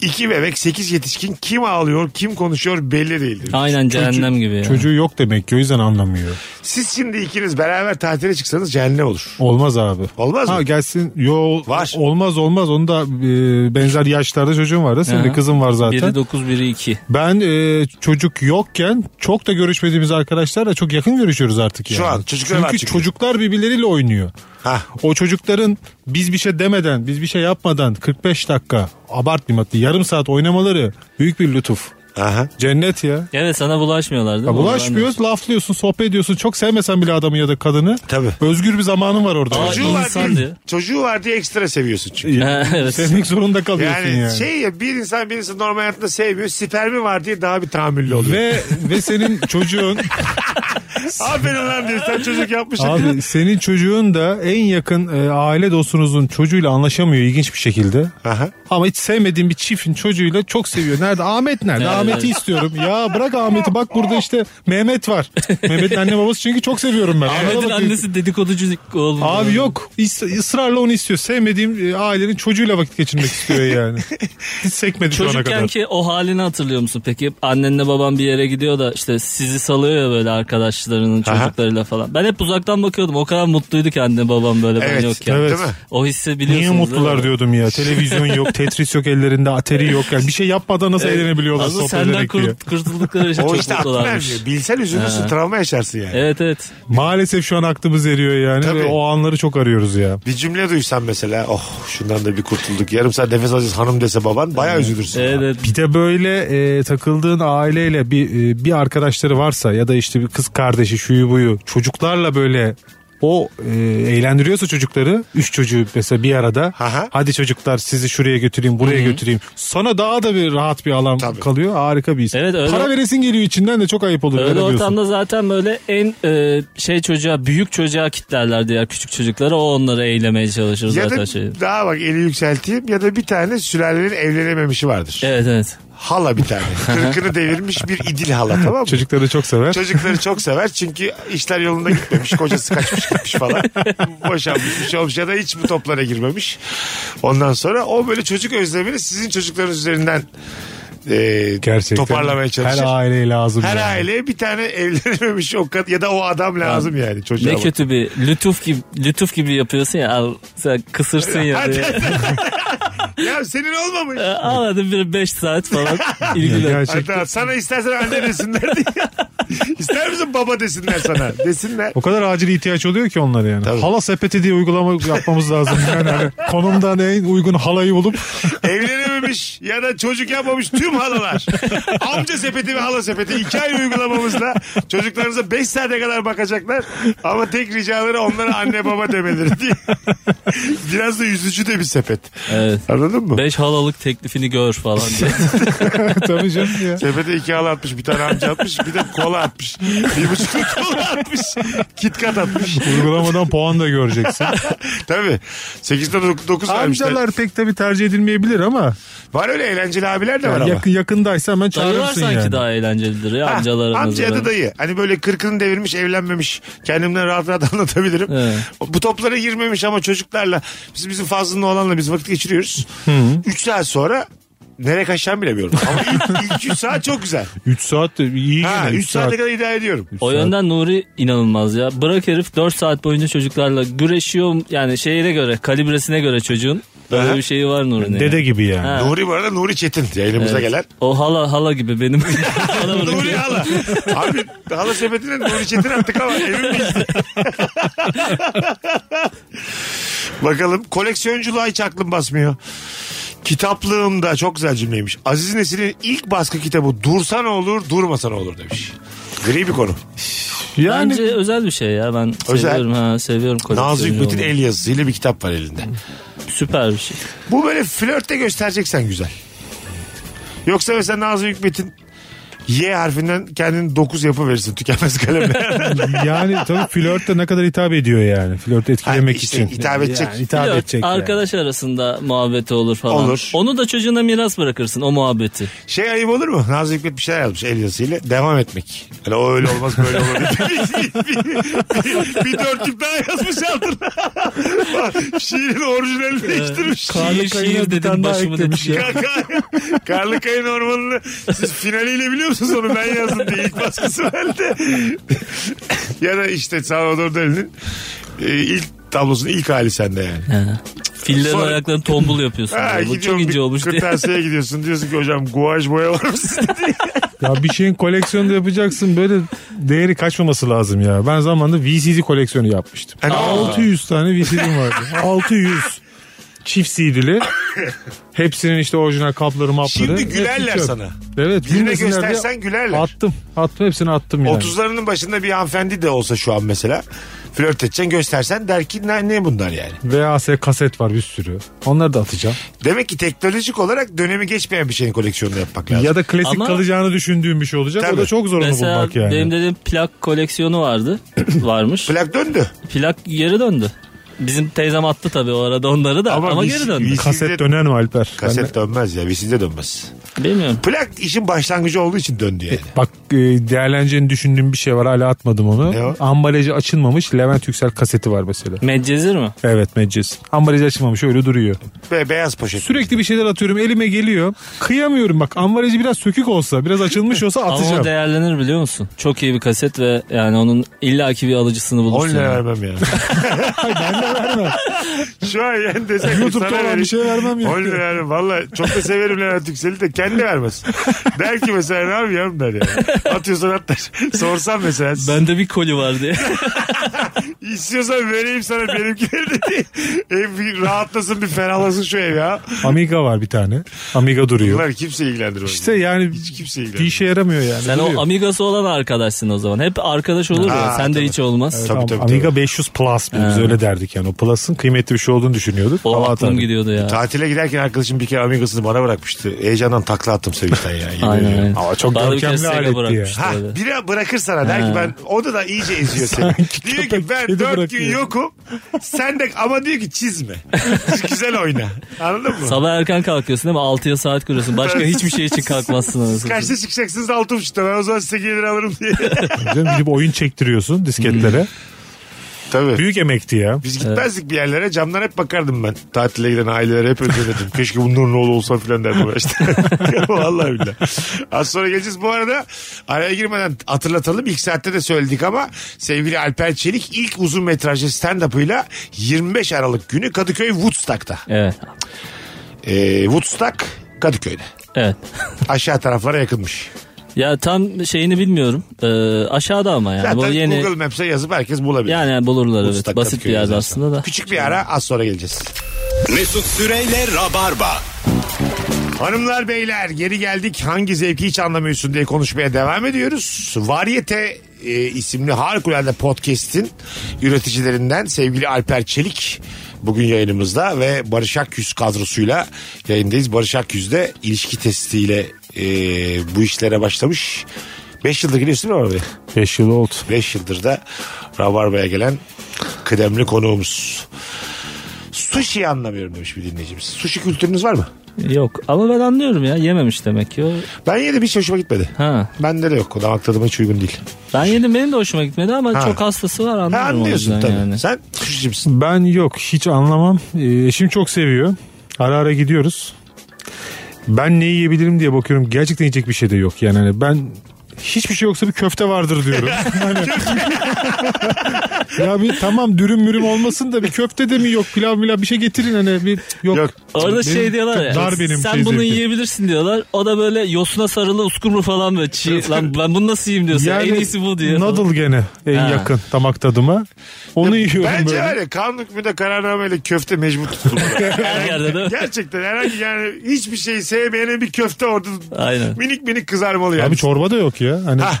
C: İki bebek 8 yetişkin kim ağlıyor kim konuşuyor belli değildir.
D: Aynen cehennem gibi ya.
E: Çocuğu yok demek ki o yüzden anlamıyor.
C: Siz şimdi ikiniz beraber tatile çıksanız cehennem olur.
E: Olmaz abi.
C: Olmaz
E: Ha
C: mı?
E: gelsin yo
C: Var.
E: olmaz olmaz onu da e, benzer yaşlarda çocuğum var da senin de
D: Aha.
E: kızın var zaten.
D: Biri 9 biri 2.
E: Ben e, çocuk yokken çok da görüşmediğimiz arkadaşlarla çok yakın görüşüyoruz artık yani.
C: Şu an çocuklar var
E: Çünkü
C: çünkü.
E: çocuklar birbirleriyle oynuyor.
C: Ha.
E: O çocukların biz bir şey demeden, biz bir şey yapmadan 45 dakika abartmayayım hatta yarım saat oynamaları büyük bir lütuf.
C: Aha.
E: Cennet ya.
D: Evet sana bulaşmıyorlar değil mi?
E: Ya
D: Ondan
E: bulaşmıyoruz, laflıyorsun, sohbet ediyorsun. Çok sevmesen bile adamı ya da kadını.
C: Tabii.
E: Özgür bir zamanın var orada.
D: Aa,
C: Çocuğu var,
D: insan
C: diye,
D: diyor.
C: çocuğu var diye ekstra seviyorsun çünkü.
D: da- evet.
E: Sevmek zorunda kalıyorsun
C: Yani,
E: yani.
C: şey ya bir insan bir insan normal hayatında sevmiyor. Spermi var diye daha bir tahammüllü oluyor.
E: Ve ve senin çocuğun
C: Aferin lan diyor sen çocuk yapmışsın.
E: Abi senin çocuğun da en yakın e, aile dostunuzun çocuğuyla anlaşamıyor ilginç bir şekilde.
C: Aha.
E: Ama hiç sevmediğin bir çiftin çocuğuyla çok seviyor. Nerede? Ahmet nerede?
D: Evet,
E: Ahmet'i istiyorum. Ya bırak Ahmet'i bak burada işte Mehmet var. Mehmet'in anne babası çünkü çok seviyorum ben. Ona
D: Ahmet'in
E: bakıyor.
D: annesi dedikoducu oğlum.
E: Abi yok is- ısrarla onu istiyor. Sevmediğim e, ailenin çocuğuyla vakit geçirmek istiyor yani. Hiç sekmedi şu ana kadar.
D: Çocukken ki o halini hatırlıyor musun peki? Annenle baban bir yere gidiyor da işte sizi salıyor ya böyle arkadaşlarının çocuklarıyla falan. Ben hep uzaktan bakıyordum. O kadar mutluydu ki anne babam böyle
C: Evet,
D: ben yokken.
E: evet.
C: Değil mi?
D: O hissi
E: Niye
D: biliyorsunuz.
E: mutlular
D: değil mi?
E: diyordum ya. Televizyon yok, Tetris yok ellerinde, ateri yok. Yani bir şey yapmadan nasıl eğlenebiliyorlar
D: Aslında
E: sohbet
D: senden
E: ederek diye.
D: kurt, kurtuldukları için
C: O
D: çok
C: işte aklına
D: mutlularmış.
C: ermiyor. Bilsen üzülürsün travma yaşarsın yani.
D: Evet evet.
E: Maalesef şu an aklımız eriyor yani
C: Tabii.
E: ve o anları çok arıyoruz ya.
C: Bir cümle duysan mesela oh şundan da bir kurtulduk. Yarım saat nefes alacağız hanım dese baban bayağı üzülürsün.
D: Evet, evet.
E: Bir de böyle e, takıldığın aileyle bir e, bir arkadaşları varsa ya da işte bir kız kardeşi şuyu buyu çocuklarla böyle o e, eğlendiriyorsa çocukları üç çocuğu mesela bir arada
C: Aha.
E: hadi çocuklar sizi şuraya götüreyim buraya götüreyim sana daha da bir rahat bir alan
C: Tabii.
E: kalıyor harika bir his.
D: Evet, öyle-
E: Para veresin geliyor içinden de çok ayıp olur.
D: Öyle
E: öyle diyorsun.
D: ortamda zaten böyle en e, şey çocuğa büyük çocuğa kitlerler diğer küçük çocuklara o onları eylemeye çalışır
C: Ya
D: zaten
C: da
D: şey.
C: daha bak eli yükselteyim ya da bir tane sülalenin evlenememişi vardır.
D: Evet evet.
C: Hala bir tane. Kırkını devirmiş bir idil hala tamam mı?
E: Çocukları çok sever.
C: Çocukları çok sever çünkü işler yolunda gitmemiş. Kocası kaçmış gitmiş falan. Boşanmış bir şey olmuş ya da hiç bu toplara girmemiş. Ondan sonra o böyle çocuk özlemini sizin çocuklarınız üzerinden e,
E: Gerçekten.
C: toparlamaya çalışır.
E: Her aileye lazım.
C: Her
E: yani.
C: aileye bir tane evlenememiş o kad ya da o adam lazım yani çocuğa.
D: Ne
C: bak.
D: kötü bir lütuf gibi lütuf gibi yapıyorsun ya al sen kısırsın ya
C: Hadi.
D: diye.
C: ya senin olmamış.
D: Ağladım bir 5 saat falan ilgilen.
E: Gerçekten.
C: Hatta sana istersen anne desinler diye. İster misin baba desinler sana? Desinler.
E: O kadar acil ihtiyaç oluyor ki onlara yani.
C: Tabii.
E: Hala sepeti diye uygulama yapmamız lazım. Yani hani konumdan en uygun halayı bulup
C: Evlenememiş ya da çocuk yapmamış tüm halalar. Amca sepeti ve hala sepeti. iki ay uygulamamızla çocuklarınıza 5 saate kadar bakacaklar. Ama tek ricaları onlara anne baba demeleri diye. Biraz da yüzücü de bir sepet.
D: Evet.
C: Anladın mı?
D: 5 halalık teklifini gör falan diye.
E: tabii canım ya.
C: Sepete iki hal atmış. Bir tane amca atmış. Bir de kola atmış. Bir buçuk kola atmış. Kitkat atmış.
E: Uygulamadan puan da göreceksin.
C: Tabii. 8'de 9 vermişler.
E: Amcalar pek tabii tercih edilmeyebilir ama,
C: Var öyle eğlenceli abiler de var
E: yani
C: ama.
E: yakın yakındaysa hemen
D: Dayılar
E: çağırırsın
D: sanki
E: yani.
D: daha eğlencelidir ya
C: Ha,
D: amcalarımız.
C: amca ya da
D: böyle.
C: dayı. Hani böyle kırkını devirmiş evlenmemiş. Kendimden rahat rahat anlatabilirim.
D: Evet.
C: Bu toplara girmemiş ama çocuklarla biz bizim fazlının olanla biz vakit geçiriyoruz. 3 saat sonra nereye kaçacağımı bilemiyorum. Ama ilk, ilk 3 saat çok güzel.
E: 3 saat de iyi
C: Ha,
E: gene.
C: 3
E: üç saat.
C: saate kadar idare ediyorum.
D: O yönden Nuri inanılmaz ya. Bırak herif 4 saat boyunca çocuklarla güreşiyor. Yani şeyine göre, kalibresine göre çocuğun. Böyle
C: Aha.
D: bir şeyi var Nuri'nin.
E: Dede
D: yani.
E: gibi yani.
D: Ha.
C: Nuri bu arada Nuri Çetin yayınımıza gelen.
D: O hala hala gibi benim. Hala vurunca.
C: Nuri hala. Abi hala sepetine Nuri Çetin attık ama evim bizde. Bakalım koleksiyonculuğa hiç aklım basmıyor. Kitaplığımda çok güzel cümleymiş. Aziz Nesin'in ilk baskı kitabı dursan olur durmasan olur demiş. Gri bir konu.
E: Yani
D: Bence özel bir şey ya ben
C: Özel.
D: seviyorum ha seviyorum koleksiyonu.
C: Nazım Hikmet'in
D: olmayı.
C: el yazısıyla bir kitap var elinde.
D: Süper bir şey.
C: Bu böyle flörtte göstereceksen güzel. Yoksa mesela Nazım Hikmet'in Y harfinden kendini 9 yapı verirsin tükenmez kalemle.
E: yani tabii flört de ne kadar hitap ediyor yani. Flört etkilemek
C: Ha, işte
E: için.
C: hitap edecek.
E: Yani hitap
D: Flört,
E: edecek. yani.
D: arkadaş arasında muhabbeti olur falan.
C: Olur.
D: Onu da çocuğuna miras bırakırsın o muhabbeti.
C: şey ayıp olur mu? Nazlı Hikmet bir şeyler yazmış el yazısıyla. Devam etmek. Hani o öyle olmaz böyle olur. bir, bir, bir, bir dörtlük daha yazmış altına. Şiirin orijinalini
D: Ee,
C: değiştirmiş.
D: Şiir şiir dedim başımı dedim.
C: Kaka- Karlı Kayın Ormanı'nı siz finaliyle biliyor musunuz onu ben yazdım diye ilk baskısı bende. ya da işte Salvador Dali'nin e, ilk tablosunun ilk hali sende yani.
D: Fillerin
C: Sonra-
D: ayaklarını tombul yapıyorsun.
C: Ha,
D: böyle. Bu çok
C: gidiyorsun bir
D: ince olmuş diye.
C: kırtasiyeye gidiyorsun diyorsun ki hocam guaj boya var mı sizde?
E: Ya bir şeyin koleksiyonu da yapacaksın böyle değeri kaçmaması lazım ya. Ben zamanında VCD koleksiyonu yapmıştım.
C: Hani oldu?
E: 600 tane VCD'm vardı. 600 çift CD'li. Hepsinin işte orijinal kapları mapları.
C: Şimdi
E: Hepsi
C: gülerler
E: çöp.
C: sana.
E: Evet.
C: Birine
E: bilmesinler diye
C: göstersen gülerler.
E: Attım. Attım hepsini attım yani.
C: 30'larının başında bir hanımefendi de olsa şu an mesela flört edeceksin göstersen der ki ne, ne bunlar yani.
E: VHS kaset var bir sürü. Onları da atacağım.
C: Demek ki teknolojik olarak dönemi geçmeyen bir şeyin koleksiyonunu yapmak lazım.
E: Ya da klasik
D: Ama-
E: kalacağını düşündüğüm bir şey olacak.
C: Tabii.
E: O da çok zor onu
D: Mesela
E: bulmak yani.
D: benim dediğim plak koleksiyonu vardı. Varmış.
C: Plak döndü.
D: plak geri döndü. Bizim teyzem attı tabii o arada onları da
C: Ama
D: ama,
C: biz-
D: geri döndü.
C: biz-
E: Kaset döner mi Alper? Ben de-
C: Kaset dönmez ya. VCD dönmez.
D: Bilmiyorum.
C: Plak işin başlangıcı olduğu için döndü yani.
E: Bak e, değerleneceğini düşündüğüm bir şey var hala atmadım onu.
C: Ne o?
E: Ambalajı açılmamış Levent Yüksel kaseti var mesela.
D: Medcezir mi?
E: Evet Meclis. Ambalajı açılmamış öyle duruyor.
C: Ve beyaz poşet.
E: E, Sürekli bir şeyler atıyorum elime geliyor. Kıyamıyorum bak ambalajı biraz sökük olsa biraz açılmış olsa
D: Ama o
E: atacağım.
D: değerlenir biliyor musun? Çok iyi bir kaset ve yani onun illaki bir alıcısını
C: 10
D: bulursun.
C: lira
D: yani.
C: vermem ya. Şu an yani desek
E: YouTube'da
C: sana
E: olan bir
C: vereyim.
E: şey vermem ya.
C: 10 lira vermem. Valla çok da severim Levent Yüksel'i de kendi vermez. der ki mesela ne yapayım der yani. Atıyorsan at der. Sorsam mesela.
D: Bende bir koli vardı.
C: İstiyorsan vereyim sana benimkileri de diye. Ev bir rahatlasın bir ferahlasın şu ev ya.
E: Amiga var bir tane. Amiga duruyor.
C: Bunlar kimse ilgilendirmez.
E: İşte yani
C: Hiç kimse
E: bir
C: ilgilendirmez.
E: işe yaramıyor yani.
D: Sen
E: duruyor.
D: o amigası olan arkadaşsın o zaman. Hep arkadaş olur ya.
C: Ha,
D: Sen de
C: tabii.
D: hiç olmaz.
C: Tabii,
E: Tamam,
C: tabii,
E: Amiga
C: tabii.
E: 500 Plus biz öyle derdik yani. O Plus'ın kıymetli bir şey olduğunu düşünüyorduk.
D: O
E: Hava
D: aklım
E: atardık.
D: gidiyordu ya.
C: Tatile giderken arkadaşım bir kere Amigos'unu bana bırakmıştı. Heyecandan takla attım sevinçten ya. Yemin
D: Aynen
C: ediyorum.
D: aynen.
E: Ama çok
D: Bana bir
E: görkemli
D: kez Sega
E: aletti ya.
D: bırakmıştı
C: Ha,
D: öyle.
C: biri bırakır sana der ki ben o da da iyice eziyor seni. diyor ki
E: köpek
C: ben
E: kedi
C: dört
E: bırakıyor.
C: gün yokum. Sen de ama diyor ki çizme. Güzel oyna. Anladın mı?
D: Sabah erken kalkıyorsun değil mi? 6'ya saat kuruyorsun. Başka hiçbir şey için kalkmazsın. anasını
C: Kaçta çıkacaksınız altı buçukta ben o zaman size gelir alırım diye.
E: Canım gidip oyun çektiriyorsun disketlere.
C: Tabii.
E: Büyük emekti ya.
C: Biz gitmezdik bir yerlere camdan hep bakardım ben. Tatile giden ailelere hep özenirdim. Keşke bunların oğlu olsa filan derdim ben işte. Vallahi billahi. Az sonra geleceğiz. Bu arada araya girmeden hatırlatalım. İlk saatte de söyledik ama sevgili Alper Çelik ilk uzun metrajlı stand-up'ıyla 25 Aralık günü Kadıköy Woodstock'ta.
D: Evet.
C: Ee, Woodstock Kadıköy'de.
D: Evet.
C: Aşağı taraflara yakınmış.
D: Ya tam şeyini bilmiyorum. Ee, aşağıda ama yani.
C: Zaten
D: Bu yeni
C: Google Maps'e yazıp herkes bulabilir.
D: yani bulurlar
C: Woodstock,
D: evet. Basit bir
C: Kadıköy
D: yerde
C: yazarsan.
D: aslında da.
C: Küçük bir ara az sonra geleceğiz.
B: Mesut Süreyle Rabarba.
C: Hanımlar beyler geri geldik hangi zevki hiç anlamıyorsun diye konuşmaya devam ediyoruz. Varyete e, isimli harikulade podcast'in üreticilerinden sevgili Alper Çelik bugün yayınımızda ve Barış Akyüz kadrosuyla yayındayız. Barış Akyüz de ilişki testiyle e, bu işlere başlamış. 5 yıldır geliyorsun değil mi abi?
E: 5 yıl oldu.
C: 5 yıldır da Rabarba'ya gelen kıdemli konuğumuz. Sushi'yi anlamıyorum demiş bir dinleyicimiz. Sushi kültürünüz var mı?
D: Yok ama ben anlıyorum ya. Yememiş demek ki. O-
C: Ben yedim hiç şey hoşuma gitmedi.
D: Ha.
C: Bende de yok. O damak tadıma hiç uygun değil.
D: Ben yedim benim de hoşuma gitmedi ama
C: Ha.
D: çok hastası var anlıyorum.
C: Ha,
D: o
C: anlıyorsun
D: yüzden
C: tabii.
D: yani.
C: Sen kuşçimsin.
E: Ben yok hiç anlamam. Ee, Eşim çok seviyor. Ara ara gidiyoruz. Ben ne yiyebilirim diye bakıyorum. Gerçekten yiyecek bir şey de yok. Yani hani ben hiçbir şey yoksa bir köfte vardır diyorum. Hani- ya bir tamam dürüm mürüm olmasın da bir köfte de mi yok pilav milav bir şey getirin hani bir yok.
C: Yok.
D: Orada
E: Benim
D: şey diyorlar
E: çok
D: ya.
E: dar benim
D: sen
E: şey
D: bunu
E: zevkim."
D: yiyebilirsin diyorlar. O da böyle yosuna sarılı uskumru falan böyle çiğ. Lan ben bunu nasıl yiyeyim diyorsun. en iyisi bu diye. falan.
E: Noodle gene en
D: Ha.
E: yakın damak tadıma. Onu yiyorum
C: Bence
E: böyle.
C: var ya kanun hükmünde kararnameyle köfte mecbur tutulmalı.
D: Her yerde değil mi?
C: Gerçekten herhangi yani hiçbir şeyi sevmeyene bir köfte orada
D: Aynen.
C: minik minik kızarmalı yani.
E: Abi çorba da yok ya. Hani
C: Hah.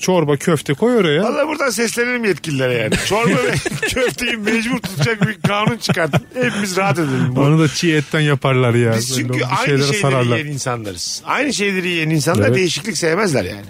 E: çorba köfte koy oraya.
C: Valla buradan seslenelim yetkililere yani. Çorba ve köfteyi mecbur tutacak bir kanun çıkartın. Hepimiz rahat edelim. Bu.
E: Onu da çiğ etten yaparlar ya.
C: Biz
E: Böyle
C: çünkü
E: bir
C: aynı
E: şeylere
C: şeyleri
E: sararlar.
C: yiyen insanlarız. Aynı şeyleri yiyen insanlar
E: Evet.
C: değişiklik sevmezler yani.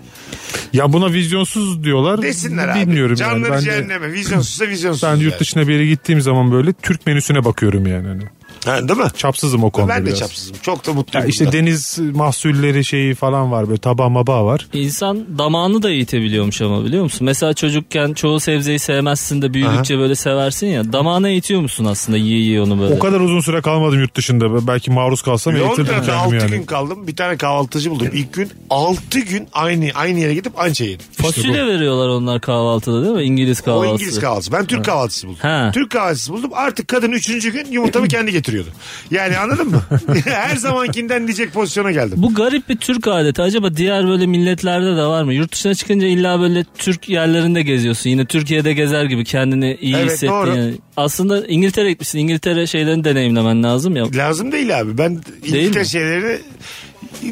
E: Ya buna vizyonsuz diyorlar.
C: Desinler abi.
E: Bilmiyorum yani.
C: Canları
E: Ben de-
C: cehenneme. Vizyonsuzsa vizyonsuz.
E: Ben
C: yani.
E: yurt dışına bir yere gittiğim zaman böyle Türk menüsüne bakıyorum yani. Hani
C: Ha, değil mi?
E: çapsızım o konuda
C: ben de
E: biraz.
C: çapsızım. Çok da mutluyum.
E: Ya işte
C: bundan.
E: deniz mahsulleri şeyi falan var böyle tabağı mabağı var.
D: İnsan damağını da eğitebiliyormuş ama biliyor musun? Mesela çocukken çoğu sebzeyi sevmezsin de büyüdükçe böyle seversin ya. Damağına eğitiyor musun aslında yiye yiye onu böyle?
E: O kadar uzun süre kalmadım yurt dışında. Belki maruz kalsam eğitirdim
C: Londra'da 6
E: kendimi
C: gün
E: yani.
C: kaldım. Bir tane kahvaltıcı buldum. İlk gün 6 gün aynı aynı yere gidip anca yedim.
D: Fasulye veriyorlar onlar kahvaltıda değil mi? İngiliz kahvaltısı.
C: O İngiliz kahvaltısı. Ben Türk kahvaltısı buldum.
D: Ha.
C: Türk kahvaltısı buldum. Artık kadın üçüncü gün yumurtamı kendi getiriyordu. Yani anladın mı? Her zamankinden diyecek pozisyona geldim.
D: Bu garip bir Türk adeti. Acaba diğer böyle milletlerde de var mı? Yurt dışına çıkınca illa böyle Türk yerlerinde geziyorsun. Yine Türkiye'de gezer gibi kendini iyi
C: Evet,
D: hissettiğin.
C: doğru.
D: yani. Aslında İngiltere gitmişsin. İngiltere şeylerini deneyimlemen lazım ya.
C: Lazım değil abi. Ben İngiltere
D: mi?
C: şeyleri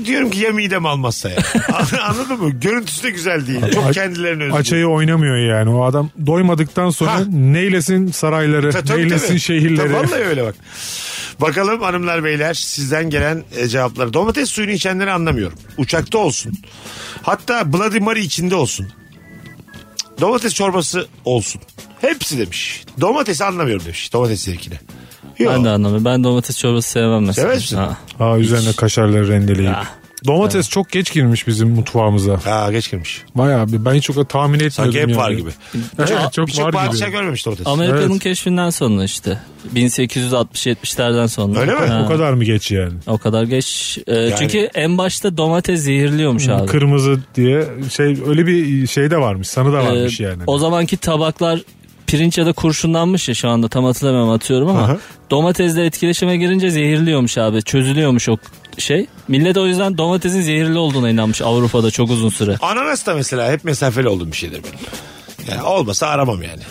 C: diyorum ki ya midem almazsa ya. Anladın mı? Görüntüsü de güzel değil. Çok
E: Aç-
C: kendilerine özgü.
E: Açayı oynamıyor yani. O adam doymadıktan sonra
C: Ha.
E: neylesin sarayları,
C: Ta- tabii,
E: neylesin
C: tabii.
E: şehirleri.
C: Ta- vallahi öyle bak. Bakalım hanımlar beyler sizden gelen e, cevapları. Domates suyunu içenleri anlamıyorum. Uçakta olsun. Hatta Bloody Mary içinde olsun. Domates çorbası olsun. Hepsi demiş. Domatesi anlamıyorum demiş. Domates zevkine. Yok.
D: Ben de anlamıyorum. Ben domates çorbası sevmem mesela.
C: Sevmez misin?
D: Ha.
E: Aa, üzerine kaşarları rendeleyip.
D: Ah.
E: Domates çok geç girmiş bizim mutfağımıza.
C: Ha geç girmiş.
E: Bayağı bir ben hiç o kadar tahmin etmiyordum.
C: Sanki hep
E: yani.
C: var gibi.
E: Evet, çok
C: Birçok
E: var
C: padişah
E: gibi.
C: şey görmemiş domates.
D: Amerika'nın
E: Evet.
D: keşfinden sonra işte. 1860-70'lerden sonra.
C: Öyle mi?
D: Ha.
E: O kadar mı geç yani?
D: O kadar geç. Ee, Çünkü en başta domates zehirliyormuş abi.
E: Kırmızı diye şey öyle bir şey de varmış. Sanı da
D: Ee,
E: varmış yani.
D: O zamanki tabaklar pirinç ya da kurşunlanmış ya şu anda tam hatırlamıyorum atıyorum ama domatesle etkileşime girince zehirliyormuş abi. Çözülüyormuş o şey. Millet o yüzden domatesin zehirli olduğuna inanmış Avrupa'da çok uzun süre.
C: Ananas da mesela hep mesafeli olduğum bir şeydir benim. Yani olmasa aramam yani.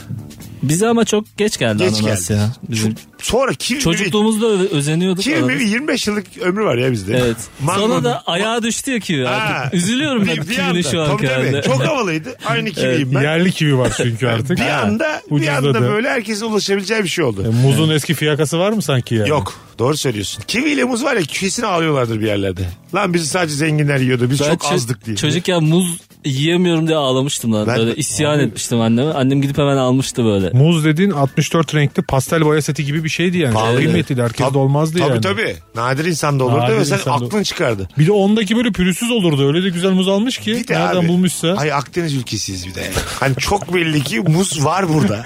D: Bize ama çok geç geldi
C: Geç
D: ananas
C: geldi.
D: ya. Bizim
C: Sonra kim bilir-
D: çocukluğumuzda ö- özeniyorduk.
C: Kivi
D: ananas.
C: meyve 25 yıllık ömrü var ya bizde.
D: Evet.
C: Man-
D: Sonra
C: man-
D: da ayağa düştü ya kivi.
C: Ha.
D: artık. Üzülüyorum
C: Bir-
D: ben
C: bir anda.
D: kivini şu an
C: Tabii tabii.
D: kendi.
C: Çok havalıydı. Aynı kiviyim ben.
E: Yerli kivi var çünkü artık.
C: bir anda bir anda
E: Ucuzladı.
C: böyle herkesin ulaşabileceği bir şey oldu.
E: E, Muzun eski fiyakası var mı sanki yani?
C: Yok. Doğru söylüyorsun. Kiviyle muz var ya kesin ağlıyorlardır bir yerlerde. Lan bizi sadece zenginler yiyordu. Biz
D: Ben
C: çok
D: ço-
C: azdık diye.
D: Çocukken muz yiyemiyorum diye ağlamıştım lan.
C: Ben-
D: böyle isyan etmiştim anneme. Annem gidip hemen almıştı böyle.
E: Muz dediğin 64 renkli pastel boya seti gibi bir şeydi yani. Çok
C: Pahalıydı.
E: Kıymetliydi. Herkes
C: Tabii-
E: de olmazdı
C: tabii
E: yani.
C: tabii. Nadir insanda olurdu
E: Nadir
C: ve sen
E: insanda-
C: aklın çıkardı.
E: Bir de ondaki böyle pürüzsüz olurdu. Öyle de güzel muz almış ki.
C: Bir de
E: Nereden
C: abi,
E: bulmuşsa.
C: Ay Akdeniz ülkesiyiz bir de. Hani çok belli ki muz var burada.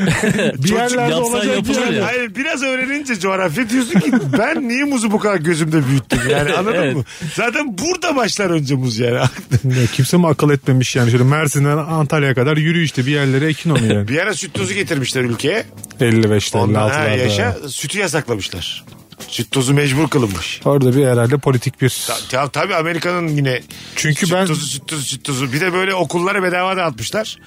E: bir yerlerde
D: yapsan
E: olacak
D: yapılır
E: yani.
D: ya.
C: Hayır biraz öğrenince coğrafya diyorsun ki ben niye muzu bu kadar gözümde büyüttüm yani anladın
D: Evet.
C: mı? Zaten burada başlar önce muz yani.
E: Ya Kimse mi akıl etmemiş yani. Şöyle Mersin'den Antalya'ya kadar yürü işte bir yerlere ekin onu yani.
C: Bir ara süt tozu getirmişler ülkeye.
E: 55'te
C: Ondan ha,
E: 56'larda.
C: yaşa sütü yasaklamışlar. Süt tozu mecbur kılınmış.
E: Orada bir herhalde politik bir...
C: Ta- ta- tabii Amerika'nın yine
E: Çünkü
C: süt
E: ben
C: tozu süt tozu süt tozu. Bir de böyle okullara bedava dağıtmışlar.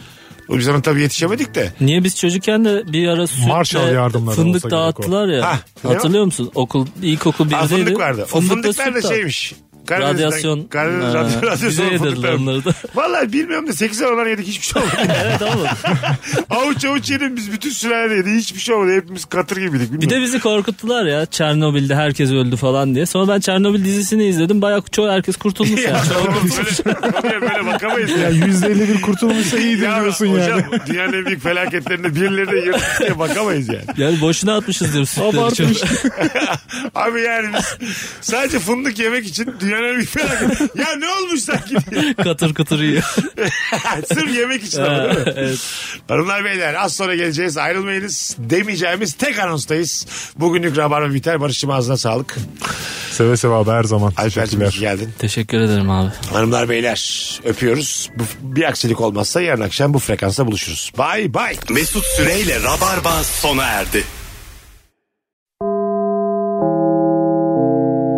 C: O biz ona tabii yetişemedik de.
D: Niye biz çocukken de bir ara
E: Marshall
D: sütle
E: yardımları olsa
D: fındık
E: gerek o.
D: dağıttılar ya.
C: Hah, ne
D: Hatırlıyor musun? Okul ilkokul
C: Ha,
D: birdeydi.
C: fındık vardı. O
D: Fındıkta
C: fındıklar da
D: süt dağıt-
C: şeymiş. Karadeniz'den-
D: Radyasyon.
C: Karadeniz
D: Ha,
C: radyo-
D: bize
C: radyasyonu
D: yedirdiler
C: fındıklar.
D: onları da.
C: Vallahi bilmiyorum da 8 olan yedik hiçbir şey olmadı.
D: evet ama.
C: avuç avuç yedim biz bütün sülale yedi. Hiçbir şey olmadı. Hepimiz katır gibiydik.
D: Bir de
C: Bilmiyorum.
D: bizi korkuttular ya. Çernobil'de herkes öldü falan diye. Sonra ben Çernobil dizisini izledim. Bayağı çoğu herkes kurtulmuş ya.
C: Ya,
D: Çoğu-
C: oğlum böyle, konuya böyle bakamayız ya.
E: Ya %51 kurtulmuşsa iyidir
C: Ya
E: diyorsun
C: hocam
E: yani.
C: dünyanın en büyük felaketlerinde birileri de yırtık diye bakamayız yani.
D: Yani boşuna atmışız diyorum sütleri. çok.
E: Abartmış.
C: Abi yani biz sadece fındık yemek için dünyanın en büyük felaketi. Ya ne olmuş sanki diye.
D: katır katır yiyor.
C: Sırf yemek için ama değil mi?
D: evet.
C: Hanımlar beyler az sonra geleceğiz ayrılmayınız demeyeceğimiz tek anonstayız. Bugünlük rabarba biter Barış'cığım ağzına sağlık.
E: Seve seve abi her zaman.
C: Alper'cim iyi
E: Teşekkürler.
C: ki geldin.
D: Teşekkür ederim abi.
C: Hanımlar beyler öpüyoruz. Bu, bir aksilik olmazsa yarın akşam bu frekansta buluşuruz. Bay bay.
B: Mesut Süreyle Rabarba sona erdi.